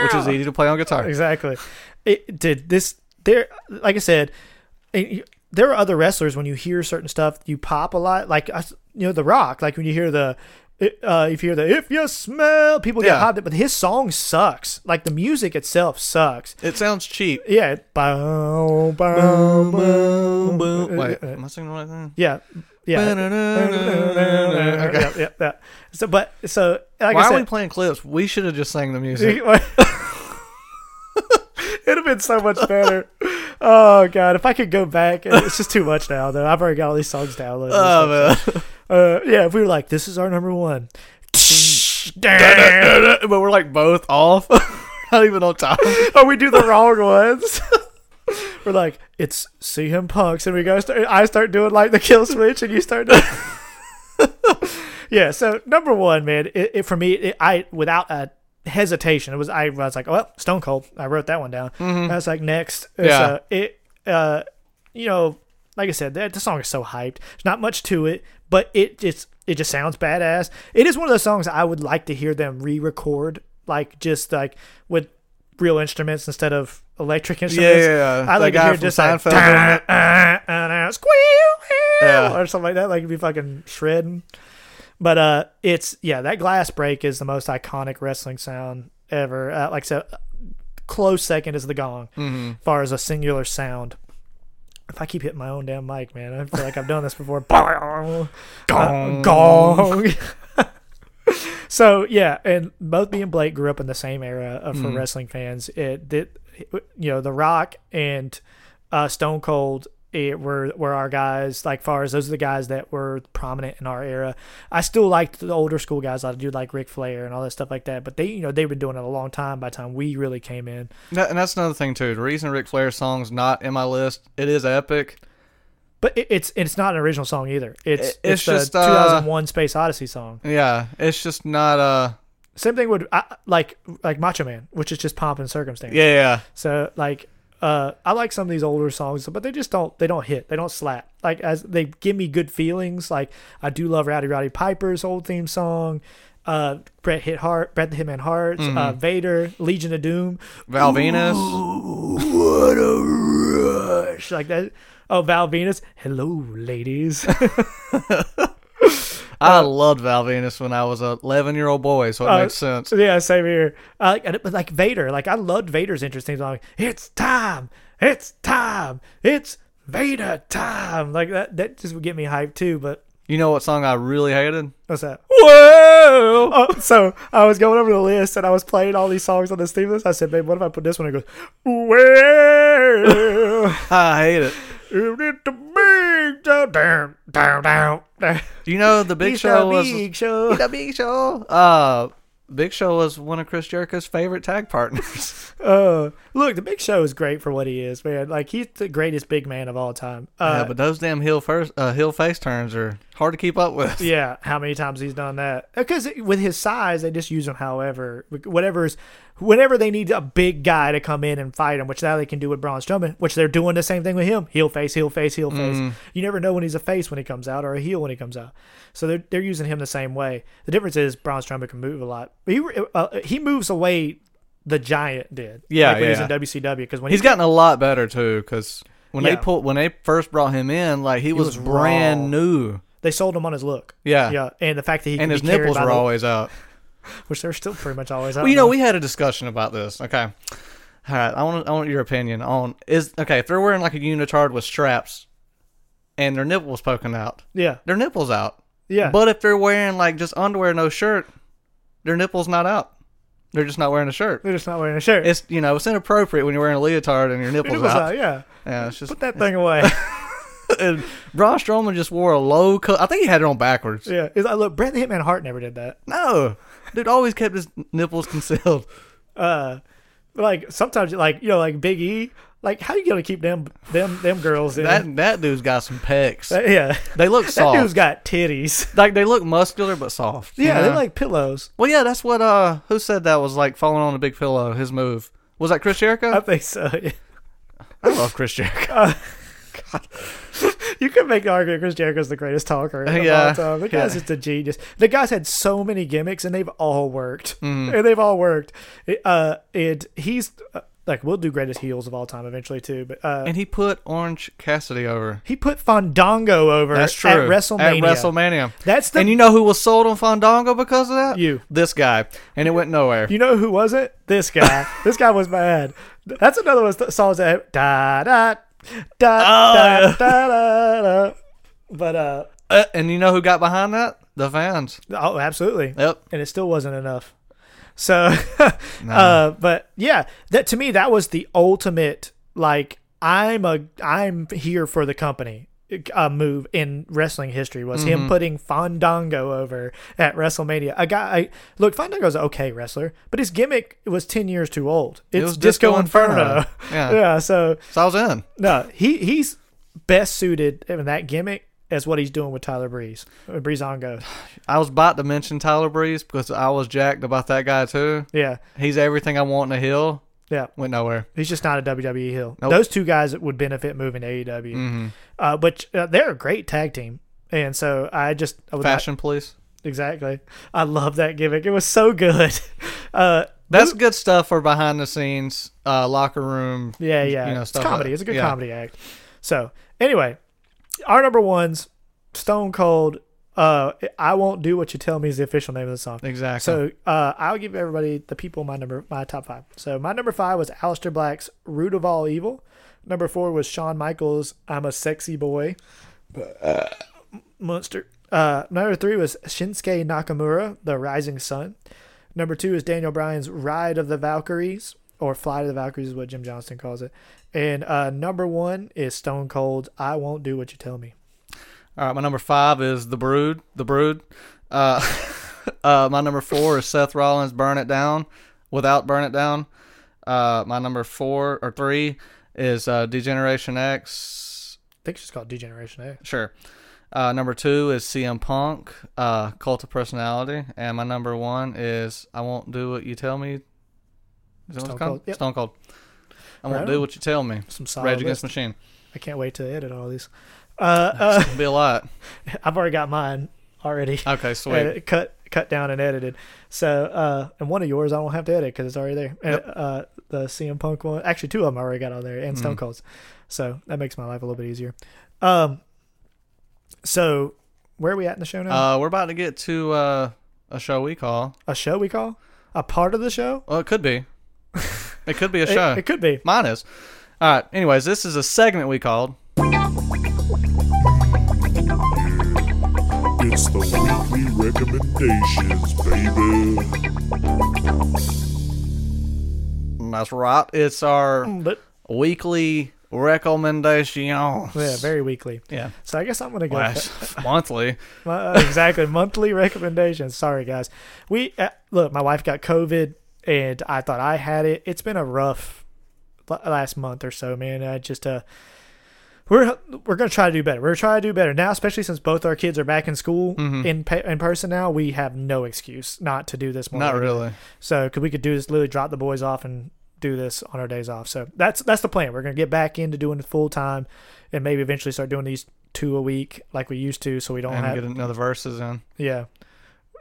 B: which is easy to play on guitar.
C: Exactly. It did this there like I said, it- you- there are other wrestlers when you hear certain stuff, you pop a lot like us- you know the rock, like when you hear the uh, if you hear the if you smell people get
B: Yeah.
C: hopped up, but his song sucks. Like the music itself sucks.
B: It sounds cheap.
C: Yeah. it- bow, bow, bow.
B: Wait, am I singing the right thing?
C: Yeah. Yeah.
B: Okay.
C: Yeah, yeah, yeah. So but so like I
B: Why
C: said,
B: are we playing clips? We should have just sang the music.
C: It'd have been so much better. Oh god, if I could go back, it's just too much now. Though I've already got all these songs downloaded.
B: Oh man.
C: Uh, yeah, if we were like, this is our number one.
B: but we're like both off. Not even on time.
C: or Oh, we do the wrong ones. we're like, it's CM Punk's, and we go. Start, I start doing like the kill switch, and you start. Doing yeah. So number one, man, it, it for me, it, I without a hesitation, it was I was like, well, Stone Cold. I wrote that one down. I was like, next.
B: Yeah.
C: So it, uh, you know, like I said, that the song is so hyped. There's not much to it, but it just it just sounds badass. It is one of those songs I would like to hear them re-record, like just like with real instruments instead of electric instruments.
B: yeah, yeah.
C: I
B: The
C: like to
B: guy
C: hear
B: from
C: just like,
B: Seinfeld
C: "Dah,
B: doing
C: ah, ah, ah, squeal,
B: Yeah.
C: or something like that. Like it'd be fucking shredding. But uh, it's yeah, that glass break is the most iconic wrestling sound ever. Uh, like I said, close second is the gong,
B: Mm-hmm.
C: as far as a singular sound. If I keep hitting my own damn mic, man, I feel like I've done this before. gong,
B: Gong.
C: gong. so yeah, and both me and Blake grew up in the same era of,
B: Mm-hmm.
C: for wrestling fans. It, it, you know, The Rock and uh, Stone Cold it were were our guys like far as those are the guys that were prominent in our era. I still liked the older school guys. I do like Ric Flair and all that stuff like that. But they you know they've been doing it a long time by the time we really came in.
B: That- and that's another thing too. The reason Ric Flair's song's not in my list, it is epic.
C: But it, it's it's not an original song either. It's
B: It-
C: it's,
B: it's just,
C: the
B: uh,
C: 2001 Space Odyssey song.
B: Yeah, it's just not uh
C: Same thing with I, like like Macho Man, which is just pomp and circumstance.
B: yeah, yeah.
C: So like uh I like some of these older songs, but they just don't they don't hit. They don't slap. Like as they give me good feelings. Like I do love Rowdy Roddy Piper's old theme song. Uh, Bret Hit Hart, Bret the Hitman Hart, uh, Vader, Legion of Doom,
B: Val Venus.
C: what a rush like that. Oh, Val Venus, hello, ladies.
B: I loved Val Venus when I was a 11 year old boy, so it
C: Uh,
B: makes sense.
C: Yeah, same here. Uh, like- and- but like Vader, like I loved Vader's interesting song. It's time, it's time, it's Vader time. Like that, that just would get me hyped too. But
B: You know what song I really hated?
C: what's that? Whoa! Oh, so I was going over the list and I was playing all these songs on this theme list. I said, babe, what if I put this one? It goes, well,
B: I hate it.
C: you need to be down, down, down, down.
B: You know the Big
C: He's a
B: Show was
C: big show.
B: the Big Show. Uh, Big Show was one of Chris Jericho's favorite tag partners.
C: Uh, look, the Big Show is great for what he is, man. Like he's the greatest big man of all time. Uh,
B: yeah, but those damn heel first uh, heel face turns are hard to keep up with.
C: Yeah, how many times he's done that? Because with his size, they just use him however, whatever's, whenever they need a big guy to come in and fight him, which now they can do with Braun Strowman, which they're doing the same thing with him. Heel face, heel face, heel
B: Mm.
C: face. You never know when he's a face when he comes out or a heel when he comes out. So they're they're using him the same way. The difference is Braun Strowman can move a lot. He uh, he moves away. The giant did.
B: Yeah,
C: like
B: yeah.
C: when he's in WCW because when
B: He's
C: he,
B: gotten a lot better too, because when they
C: Yeah.
B: pulled, when they first brought him in, like he, was,
C: was
B: brand
C: raw.
B: new,
C: they sold him on his look.
B: Yeah.
C: yeah, and the fact that he
B: and
C: can
B: his
C: be carried
B: nipples
C: by
B: were
C: the-
B: always out.
C: which they're still pretty much always. I
B: Well, you
C: don't
B: know, we had a discussion about this. Okay, all right. I want I want your opinion on is okay if they're wearing like a unitard with straps, and their nipples poking out,
C: yeah,
B: their nipples out.
C: yeah.
B: But if they're wearing like just underwear, no shirt, their nipples not out. They're just not wearing a shirt.
C: They're just not wearing a shirt.
B: It's you know it's inappropriate when you're wearing a leotard and your nipples,
C: Nipples
B: out.
C: out, yeah.
B: Yeah, it's just
C: Put that thing away.
B: and Braun Strowman just wore a low cut. I think he had it on backwards.
C: yeah. It's, like, look, Bret the Hitman Hart never did that.
B: No, dude always kept his nipples concealed.
C: Uh, but, like sometimes, like you know, like Big E, like how you gonna keep them them them girls in?
B: That that dude's got some pecs.
C: That- yeah.
B: They look
C: That dude's
B: soft.
C: got titties.
B: like they look muscular but soft. you
C: Yeah,
B: know?
C: they're like pillows.
B: Well, yeah, that's what. Uh, who said that was like falling on a big pillow? His move was that Chris Jericho.
C: I
B: I,
C: think so. yeah.
B: love Chris Jericho.
C: You could make the argument Chris Jericho's the greatest talker of
B: Yeah.
C: all time. The guy's
B: Yeah.
C: just a genius. The guy's had so many gimmicks, and they've all worked.
B: Mm.
C: And they've all worked. Uh, and he's uh, like, we'll do greatest heels of all time eventually too. But uh,
B: and he put Orange Cassidy over.
C: He put Fandango over
B: That's true.
C: at WrestleMania.
B: At WrestleMania.
C: That's the-
B: And you know who was sold on Fandango because of that?
C: You.
B: This guy. And it went nowhere.
C: You know who was it? This guy. this guy was bad. That's another one of those songs that da da da da,
B: Oh, yeah.
C: da da da. But uh,
B: Uh, and you know who got behind that? The fans.
C: oh, absolutely.
B: Yep.
C: And it still wasn't enough. So,
B: Uh-huh.
C: uh, but yeah, that to me that was the ultimate like I'm a I'm here for the company uh, move in wrestling history was him putting Fandango over at WrestleMania. A guy, I, look, Fandango's an okay wrestler, but his gimmick was ten years too old. It's
B: was
C: Disco,
B: Disco
C: Inferno.
B: Inferno. Yeah.
C: yeah. So
B: So I was in.
C: no, he he's best suited in that gimmick as what he's doing with Tyler Breeze, uh, Breezango.
B: I was about to mention Tyler Breeze because I was jacked about that guy too.
C: Yeah.
B: He's everything I want in a hill.
C: Yeah.
B: Went nowhere.
C: He's just not a WWE heel.
B: Nope. Mm-hmm.
C: Those two guys would benefit moving to AEW, uh, which uh, they're a great tag team. And so I just I would not-
B: Fashion police.
C: exactly. I love that gimmick. It was so good. Uh,
B: That's good stuff for behind the scenes, uh, locker room.
C: yeah, yeah.
B: You know,
C: it's
B: stuff
C: comedy.
B: like-
C: it's a good
B: yeah.
C: comedy act. So anyway, our number one's Stone Cold. Uh, I won't do what you tell me is the official name of the song.
B: Exactly.
C: So uh, I'll give everybody the people my number my top five. So my number five was Aleister Black's "Root of All Evil." Number four was Shawn Michaels' "I'm a Sexy Boy."
B: uh,
C: Monster. Uh, number three was Shinsuke Nakamura, "The Rising Sun." Number two is Daniel Bryan's "Ride of the Valkyries" or "Fly to the Valkyries" is what Jim Johnston calls it. And uh, number one is Stone Cold's "I Won't Do What You Tell Me."
B: All right, my number five is the Brood. The Brood. Uh, uh, my number four is Seth Rollins. Burn it down, without burn it down. Uh, my number four or three is uh, Degeneration X.
C: I think it's just called Degeneration A.
B: Sure. Uh, number two is CM Punk, uh, Cult of Personality, and my number one is I won't do what you tell me. Is that what
C: Stone
B: it's called?
C: Cold, yep.
B: Stone Cold. I
C: Right
B: won't
C: on.
B: do what you tell me.
C: Some solid
B: Rage Against
C: list.
B: Machine.
C: I can't wait to edit all these. Uh, uh,
B: It'll be a lot.
C: I've already got mine already.
B: Okay, Oh, sweet.
C: Uh, cut cut down and edited. So uh, and one of yours I don't have to edit because it's already there. And, uh, the CM Punk one, actually two of them I already got on there, and
B: Mm-hmm.
C: Stone Cold's. So that makes my life a little bit easier. Um, so where are we at in the show now?
B: Uh, we're about to get to uh, a show we call.
C: a show we call a part of the show.
B: Well, it could be. It could be a
C: It,
B: show.
C: it could be.
B: Mine is. All right. Anyways, this is a segment we called.
F: It's the weekly recommendations, baby.
B: That's right. It's our
C: But
B: weekly recommendations.
C: yeah, very weekly.
B: Yeah.
C: So I guess I'm gonna go.
B: Well,
C: fir-
B: that's monthly.
C: My- uh, exactly. Monthly recommendations. Sorry, guys. We uh, look. My wife got COVID, and I thought I had it. It's been a rough la- last month or so, man. I just uh, we're we're gonna try to do better. We're trying to do better now, especially since both our kids are back in school
B: Mm-hmm.
C: in pe- in person now. We have no excuse not to do this. More
B: Not
C: regularly.
B: really.
C: So, cause we could do this, literally drop the boys off and do this on our days off. So that's that's the plan. We're gonna get back into doing it full time, and maybe eventually start doing these two a week like we used to, so we don't
B: And
C: have
B: get another verses in.
C: yeah,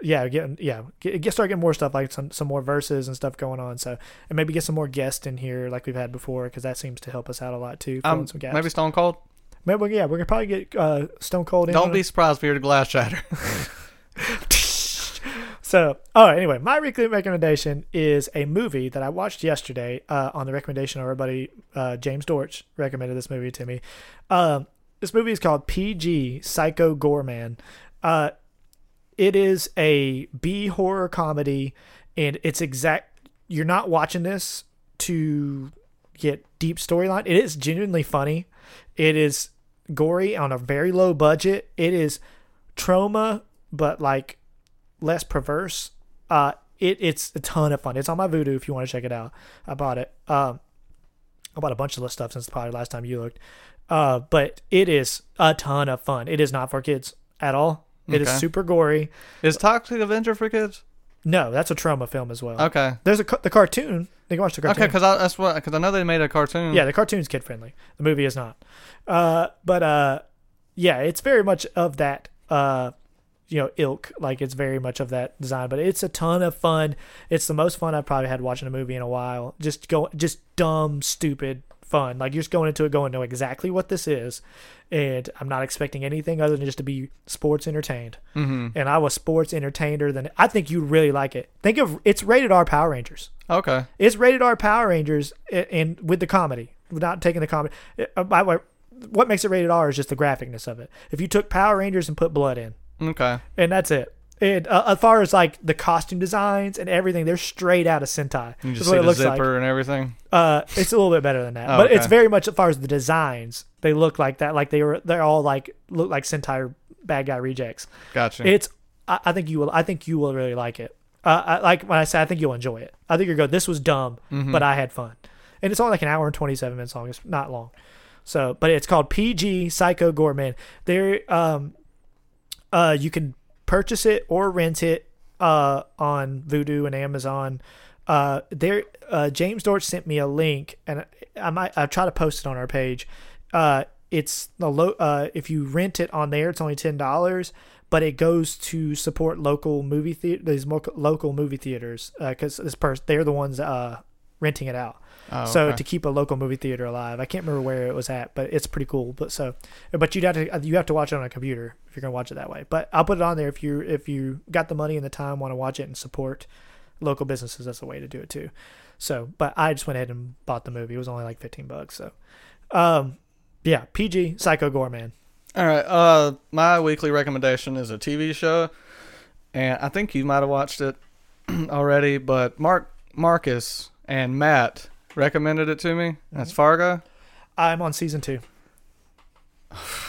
C: yeah, get yeah, get, get start getting more stuff like some some more verses and stuff going on. So and maybe get some more guests in here like we've had before, because that seems to help us out a lot too. filling
B: Um,
C: some gaps.
B: maybe Stone Cold.
C: Maybe we- yeah, we're gonna probably get uh, Stone Cold. In on
B: Don't
C: it.
B: be surprised if you're a glass shatter.
C: So, all right. Anyway, my weekly recommendation is a movie that I watched yesterday uh, on the recommendation of our buddy uh, James Dortch recommended this movie to me. Um, this movie is called PG Psycho Goreman. Uh, it is a B horror comedy, and it's exact. You're not watching this to get deep storyline. It is genuinely funny. It is gory on a very low budget. It is trauma, but like less perverse. Uh, it it's a ton of fun. It's on my Voodoo if you want to check it out. I bought it. Um, I bought a bunch of this stuff since probably last time you looked. Uh, but it is a ton of fun. It is not for kids at all. It is
B: Okay.
C: super gory.
B: Is Toxic Avenger for kids?
C: No, that's a trauma film as well.
B: Okay.
C: There's a ca- the cartoon. They can watch the cartoon.
B: Okay, because that's what because I know they made a cartoon.
C: Yeah, the cartoon's kid friendly. The movie is not. Uh, but uh, yeah, it's very much of that uh, you know, ilk. Like it's very much of that design. But it's a ton of fun. It's the most fun I've probably had watching a movie in a while. Just go, just dumb, stupid fun. Like you're just going into it, going know exactly what this is, and I'm not expecting anything other than just to be sports entertained. Mm-hmm. And I was sports entertainer. Than I think you'd really like it. Think of it's rated R Power Rangers.
B: Okay.
C: It's rated R Power Rangers and, and with the comedy, without taking the comedy. It- uh, By the way, what makes it rated R is just the graphicness of it. If you took Power Rangers and put blood in,
B: Okay.
C: and that's it. And uh, as far as like the costume designs and everything, they're straight out of Sentai.
B: You
C: That's
B: just
C: what
B: see
C: it
B: the
C: looks
B: zipper
C: like.
B: and everything.
C: Uh, it's a little bit better than that,
B: Oh,
C: but
B: okay.
C: it's very much as far as the designs. They look like that. Like they were. They're all like look like Sentai bad guy rejects.
B: Gotcha.
C: It's. I, I think you will. I think you will really like it. Uh, I, like when I say, I think you'll enjoy it. I think you're good. This was dumb, but I had fun, and it's only like an hour and twenty seven minutes long. It's not long, so but it's called PG Psycho Gorman. There, um, uh, you can purchase it or rent it uh, on Vudu and Amazon. Uh, there, uh, James Dortch sent me a link, and I, I might I try to post it on our page. Uh, it's the low. Uh, if you rent it on there, it's only ten dollars, but it goes to support local movie theater. These mo- local movie theaters because this person they're the ones uh, renting it out. so
B: Oh, okay.
C: to keep a local movie theater alive, I can't remember where it was at, but it's pretty cool. But so, but you'd have to uh, you have to watch it on a computer if you're gonna watch it that way. But I'll put it on there if you if you got the money and the time want to watch it and support local businesses. That's a way to do it too. So, but I just went ahead and bought the movie. It was only like fifteen bucks. So, um, yeah, PG Psycho Gorman.
B: All right. Uh, my weekly recommendation is a TV show, and I think you might have watched it already, but Mark Marcus and Matt recommended it to me. That's
C: Mm-hmm.
B: Fargo.
C: I'm on season two.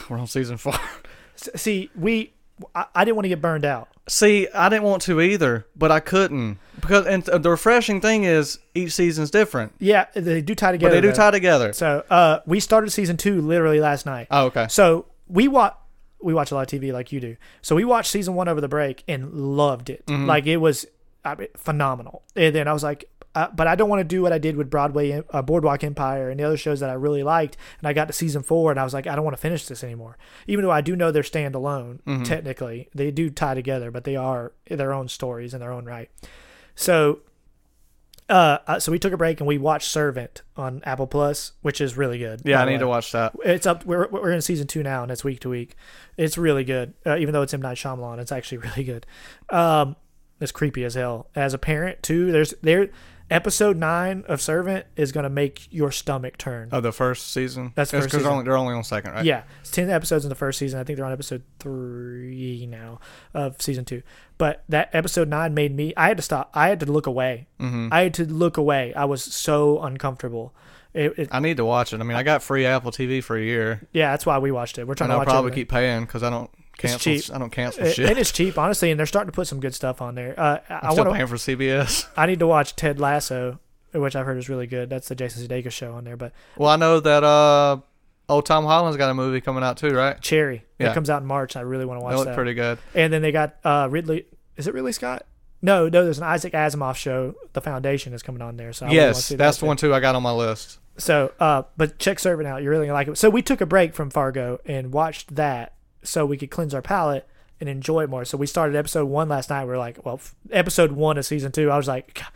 B: We're on season four.
C: S- See, we I, I didn't want to get burned out.
B: See, I didn't want to either, but I couldn't because and the refreshing thing is each season's different,
C: Yeah, they do tie
B: but
C: together.
B: they do
C: though.
B: tie together.
C: So uh, we started season two literally last night.
B: Oh, okay.
C: So we watch we watch a lot of TV like you do. So we watched season one over the break and loved it.
B: Mm-hmm.
C: Like it was I mean, phenomenal. And then I was like, uh, but I don't want to do what I did with Broadway, uh, Boardwalk Empire, and the other shows that I really liked. And I got to season four, and I was like, I don't want to finish this anymore. Even though I do know they're standalone
B: Mm-hmm.
C: technically, they do tie together, but they are their own stories in their own right. So uh, uh, so we took a break and we watched Servant on Apple Plus, which is really good.
B: Yeah,
C: by
B: I
C: the
B: need to
C: way.
B: watch that.
C: It's up. We're, we're in season two now, and it's week to week. It's really good, uh, even though it's M Night Shyamalan. It's actually really good. Um, it's creepy as hell. As a parent too, there's there. Episode nine of Servant is gonna make your stomach turn.
B: Oh, the first season.
C: That's
B: It's
C: first
B: 'cause
C: season.
B: Only, they're only on second, right?
C: Yeah, it's ten episodes in the first season. I think they're on episode three now of season two. But that episode nine made me. I had to stop. I had to look away.
B: Mm-hmm.
C: I had to look away. I was so uncomfortable. It, it,
B: I need to watch it. I mean, I got free Apple TV for a year,
C: yeah, that's why we watched it. We're trying
B: and
C: to
B: I'll
C: watch
B: probably
C: it.
B: keep paying because I don't cancel.
C: cheap.
B: I don't cancel
C: It-
B: shit.
C: Uh, and it's cheap, honestly, and they're starting to put some good stuff on there. Uh, I
B: I'm still
C: want to.
B: paying for CBS.
C: I need to watch Ted Lasso, which I've heard is really good. That's the Jason Sudeikis show on there. But
B: Well, I know that uh, Oh, Tom Holland's got a movie coming out too, right?
C: Cherry.
B: Yeah.
C: That comes out in March. I really want to watch
B: That looked
C: that.
B: pretty good.
C: And then they got uh, Ridley. Is it Ridley Scott? No, no. There's an Isaac Asimov show. The Foundation is coming on there. So I really wanna
B: yes,
C: see that
B: that's
C: too.
B: the one too I got on my list.
C: So, uh, but check Servant out. You're really gonna like it. So we took a break from Fargo and watched that so we could cleanse our palate and enjoy it more. So we started episode one last night. We are like, well, f- episode one of season two. I was like, God,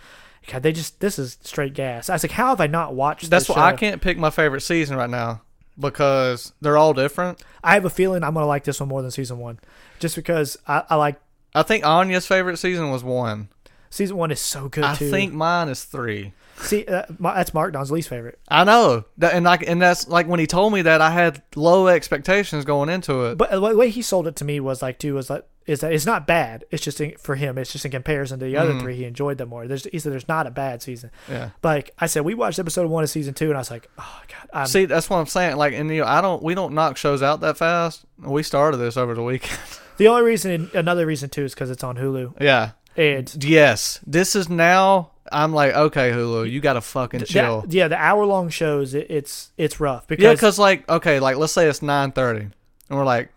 C: God, they just this is straight gas. I was like, how have I not watched?
B: That's
C: this
B: why I
C: show?
B: can't pick my favorite season right now because they're all different.
C: I have a feeling I'm gonna like this one more than season one, just because I, I like
B: I think Anya's favorite season was one.
C: season one is so good
B: I
C: too.
B: think mine is three.
C: See, uh, my, that's Mark Don's least favorite.
B: I know, that, and like, and that's like when he told me that I had low expectations going into it.
C: But the way he sold it to me was like, too, was like, is that it's not bad. It's just in, for him. It's just in comparison to the other three, he enjoyed them more. There's, he said, there's not a bad season.
B: Mm-hmm. Yeah.
C: Like I said, we watched episode one of season two, and I was like, oh god, I'm,
B: See, that's what I'm saying. Like, and you know, I don't, we don't knock shows out that fast. We started this over the weekend.
C: the only reason, another reason too, is because it's on Hulu.
B: yeah.
C: And
B: Yes. This is now. I'm like, okay, Hulu, you gotta fucking chill.
C: that, yeah, the hour long shows, it, it's it's rough because
B: Yeah, because like okay, like let's say it's nine thirty, and we're like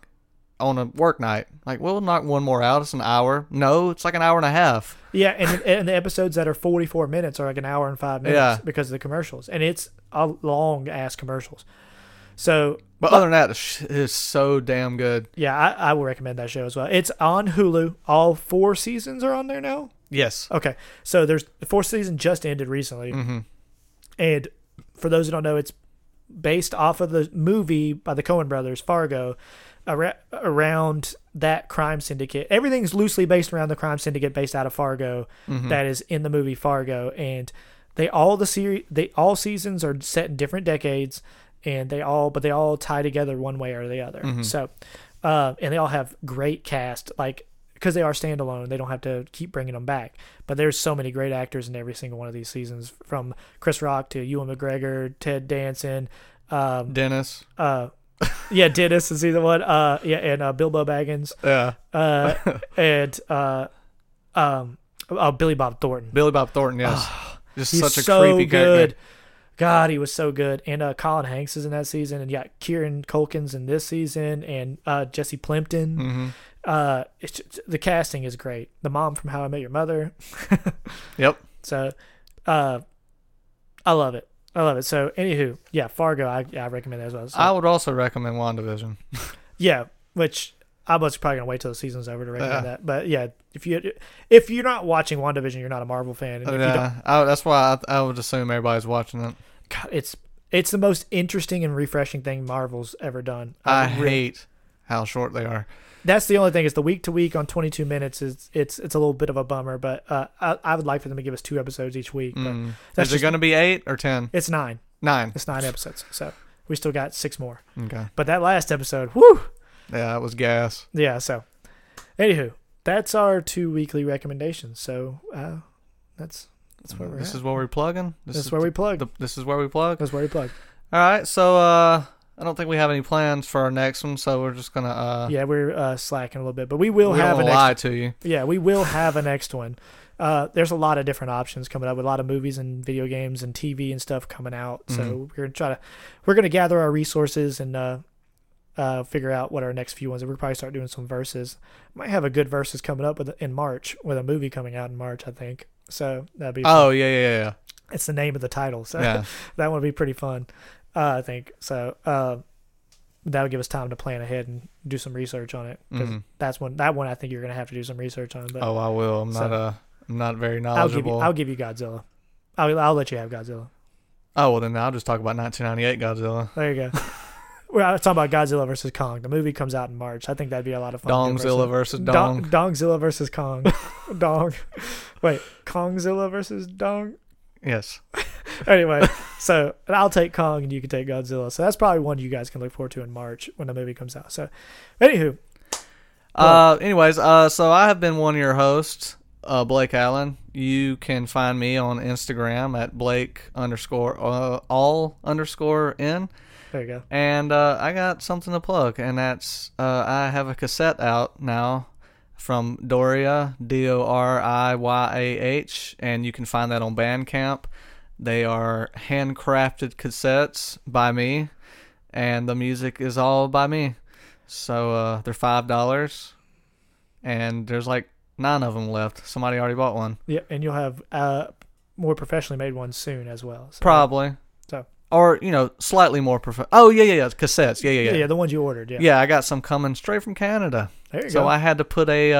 B: on a work night, like we'll knock one more out. It's an hour. No, it's like an hour and a half.
C: Yeah, and and the episodes that are forty four minutes are like an hour and five minutes
B: Yeah.
C: because of the commercials, and it's a long ass commercials. So
B: But other than that, it's it's so damn good.
C: yeah, I, I will recommend that show as well. It's on Hulu. All four seasons are on there now.
B: Yes.
C: Okay, so there's the fourth season just ended recently, and for those who don't know, it's based off of the movie by the Coen Brothers, Fargo, ar- around that crime syndicate. Everything's loosely based around the crime syndicate based out of Fargo that is in the movie Fargo, and they all the series, they all seasons are set in different decades, and they all but they all tie together one way or the other. So, uh, and they all have great cast like. Because they are standalone, they don't have to keep bringing them back. But there's so many great actors in every single one of these seasons, from Chris Rock to Ewan McGregor, Ted Danson, um,
B: Dennis.
C: uh, yeah, Dennis is either one. Uh, yeah, and uh, Bilbo Baggins,
B: Yeah.
C: uh, and uh, um, oh, Billy Bob Thornton.
B: Billy Bob Thornton. Yes. Just
C: Ah, He's
B: such a
C: so
B: creepy
C: good.
B: character.
C: God, he was so good. And uh, Colin Hanks is in that season, and you got Kieran Culkin's in this season, and uh, Jesse Plimpton.
B: Mm-hmm.
C: Uh, it's just- the casting is great. The mom from How I Met Your Mother.
B: Yep.
C: So, uh, I love it. I love it. So, anywho, yeah, Fargo, I, I recommend that as well. So-
B: I would also recommend Wandavision.
C: Yeah, which I was probably gonna wait till the season's over to recommend
B: Yeah.
C: that. But yeah, if you if you're not watching WandaVision, you're not a Marvel fan. And if you don't,
B: Oh, Yeah. I, that's why I, I would assume everybody's watching it.
C: God, it's it's the most interesting and refreshing thing Marvel's ever done.
B: I
C: really-
B: hate how short they are.
C: that's the only thing is the week to week on 22 minutes is it's it's a little bit of a bummer. But uh, I, I would like for them to give us two episodes each week.
B: Mm.
C: But that's
B: Is it
C: just,
B: going to be eight or ten?
C: it's nine.
B: Nine.
C: It's nine episodes. So we still got six more.
B: Okay.
C: But that last episode, whew.
B: Yeah, that was gas.
C: yeah so anywho that's our two weekly recommendations so uh that's that's where we're
B: This
C: at.
B: is where we're plugging. This
C: that's
B: is
C: where we
B: the-
C: plug
B: the- This is where we plug.
C: that's where we plug
B: All right, so uh, I don't think we have any plans for our next one, so we're just gonna uh,
C: yeah we're uh slacking a little bit but we will
B: we
C: have
B: don't
C: a
B: wanna
C: next
B: lie to you.
C: yeah we will have a next one uh there's a lot of different options coming up with a lot of movies and video games and tv and stuff coming out so we're gonna try to we're gonna gather our resources and uh uh, figure out what our next few ones are. We'll probably start doing some verses. Might have a good verses coming up with, in March with a movie coming out in March, I think. So that'd be fun.
B: Oh yeah, yeah, yeah, yeah.
C: it's the name of the title so
B: Yeah.
C: that would be pretty fun uh, i think so uh, that would give us time to plan ahead and do some research on it 'cause that's one that one i think you're gonna have to do some research on but
B: Oh, I will. I'm not
C: So-
B: uh, I'm not very
C: i'll give you
B: knowledgeable.
C: i'll give you godzilla I'll, I'll let you have godzilla
B: oh well, then I'll just talk about 1998 Godzilla.
C: there you go we're out talking about godzilla versus kong the movie comes out in march i think that'd be a lot of fun to do
B: Dongzilla
C: versus-
B: versus
C: Dong-
B: Dong.
C: dongzilla versus kong dong wait kongzilla versus dong
B: Yes.
C: anyway, so and I'll take Kong and you can take Godzilla. So that's probably one you guys can look forward to in March when the movie comes out. So, anywho,
B: Uh, anyways, uh, so I have been one of your hosts, uh, Blake Allen. You can find me on Instagram at Blake underscore uh, all underscore n.
C: there you go.
B: And uh, I got something to plug, and that's uh, I have a cassette out now from Doria, D O R I Y A H, and you can find that on Bandcamp. They are handcrafted cassettes by me, and the music is all by me. So uh, they're five dollars, and there's like nine of them left. Somebody already bought one,
C: Yeah, and you'll have uh, more professionally made ones soon as well. So,
B: probably,
C: so
B: or you know, slightly more. Prof- oh yeah, yeah, yeah, cassettes. Yeah, yeah, yeah.
C: yeah. the ones you ordered. Yeah,
B: Yeah, I got some coming straight from Canada.
C: There you
B: so
C: go.
B: I had to put a, uh,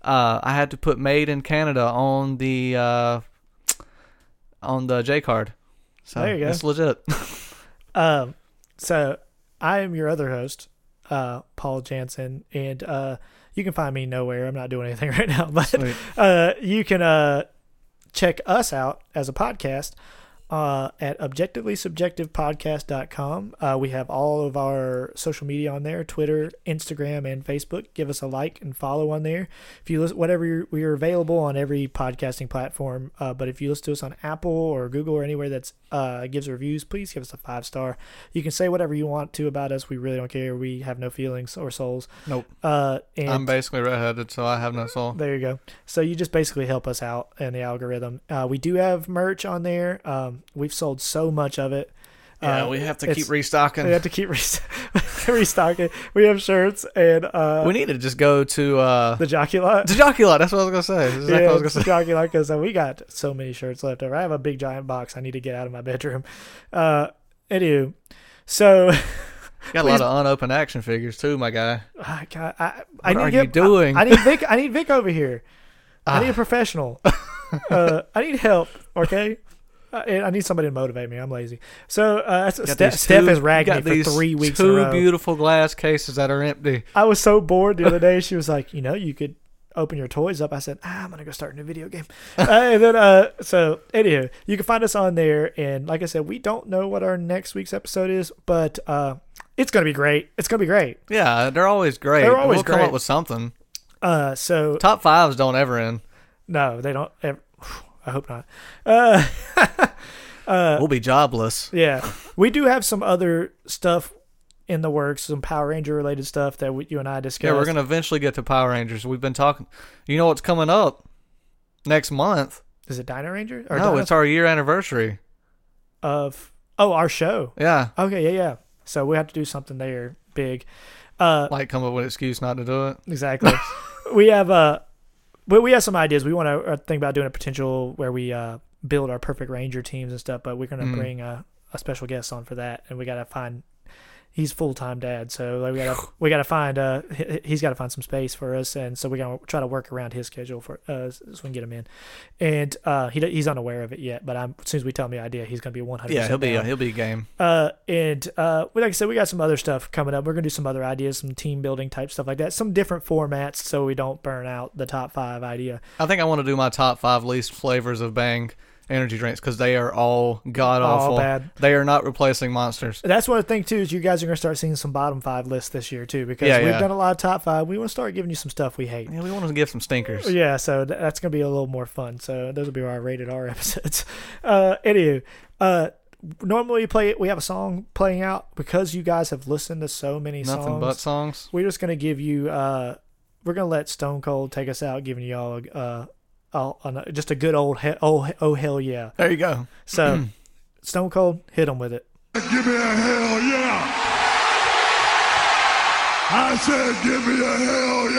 B: uh, I had to put made in Canada on the, uh, on the J card. So
C: There you go.
B: it's legit.
C: Um, so I am your other host, uh, Paul Jansen, and uh, you can find me nowhere. I'm not doing anything right now, but
B: Sweet.
C: uh, you can uh, check us out as a podcast uh, at objectivelysubjectivepodcast.com. Uh, we have all of our social media on there Twitter, Instagram, and Facebook. Give us a like and follow on there. If you listen, whatever you're, we are available on every podcasting platform, uh, but if you listen to us on Apple or Google or anywhere that's uh, gives reviews, please give us a five star. You can say whatever you want to about us. We really don't care. We have no feelings or souls.
B: Nope.
C: Uh, and
B: I'm basically redheaded, so I have no soul.
C: there you go. So you just basically help us out in the algorithm. Uh, we do have merch on there. Um, we've sold so much of it.
B: Yeah,
C: Uh,
B: we have to
C: it's-
B: keep restocking.
C: We
B: We,
C: have to keep rest- restocking. We have shirts and uh,
B: need to just go to uh,
C: the jockey lot.
B: the jockey lot. That's what I was gonna say. That's exactly
C: yeah,
B: what I was
C: it's
B: gonna say.
C: jockey lot because uh, we got so many shirts left over. I have a big giant box. I need to get out of my bedroom. Uh, anywho, so
B: Got a lot of unopened action figures too, my guy.
C: I, Ah, God, I, I
B: What
C: need
B: are
C: to get,
B: you doing? Ah.
C: I, I need Vic. I need Vic over here. I need a professional. uh, I need help. Okay. Uh, and I need somebody to motivate me. I'm lazy. So uh, that's,
B: Got
C: Steph,
B: these
C: Steph
B: two-
C: has
B: got
C: ragged me for
B: these
C: three weeks in a
B: Two
C: row.
B: beautiful glass cases that are empty.
C: I was so bored the other day. She was like, you know, you could open your toys up. I said, ah, I'm gonna go start a new video game. uh, and then, uh, so anyhow, you can find us on there. And like I said, we don't know what our next week's episode is, but uh, it's gonna be great. It's gonna be great.
B: Yeah, they're always great.
C: They're always
B: we'll come
C: great.
B: up with something.
C: Uh, so
B: Top fives don't ever end.
C: no, they don't. Ever, I hope not. Uh,
B: we'll be jobless.
C: yeah, we do have some other stuff in the works, some Power Ranger related stuff that we, you and I discussed.
B: Yeah, we're gonna eventually get to Power Rangers. We've been talking. You know what's coming up next month?
C: Is it Dino Ranger? Or
B: No,
C: Dino-
B: it's our year anniversary.
C: of oh our show.
B: Yeah,
C: Okay, yeah, yeah. So we have to do something there big. Uh,
B: like come up with an excuse not to do it.
C: exactly. we have uh, we we have some ideas. We want to think about doing a potential where we uh build our perfect ranger teams and stuff. But we're gonna
B: Mm.
C: bring a, a special guest on for that, and we gotta find. He's full time dad, so like, we gotta we gotta find uh he- he's gotta find some space for us, and so we're gonna try to work around his schedule for uh so we can get him in, and uh he he's unaware of it yet, but I'm, as soon as we tell him the idea, he's gonna be 100.
B: Yeah, he'll be uh, he'll be game.
C: Uh, and uh, we- like I said, we got some other stuff coming up. We're gonna do some other ideas, some team building type stuff like that, some different formats, so we don't burn out the top five idea.
B: I think I want to do my top five least flavors of Bang energy drinks because they are all god awful.
C: bad.
B: They are not replacing monsters.
C: That's one thing too is you guys are gonna start seeing some bottom five lists this year too because
B: Yeah,
C: we've
B: yeah.
C: done a lot of top five. We want to start giving you some stuff we hate.
B: Yeah, we want to give some stinkers.
C: Yeah, so th- that's gonna be a little more fun. So those will be our rated R episodes. Uh, anywho, uh, normally we play we have a song playing out because you guys have listened to so many
B: Nothing
C: songs.
B: but songs.
C: we're just gonna give you uh we're gonna let stone cold take us out giving y'all uh all, uh, just a good old he- oh, he- oh hell yeah
B: There you go.
C: so stone cold hit him with it
F: Give me a hell yeah. I said, give me a hell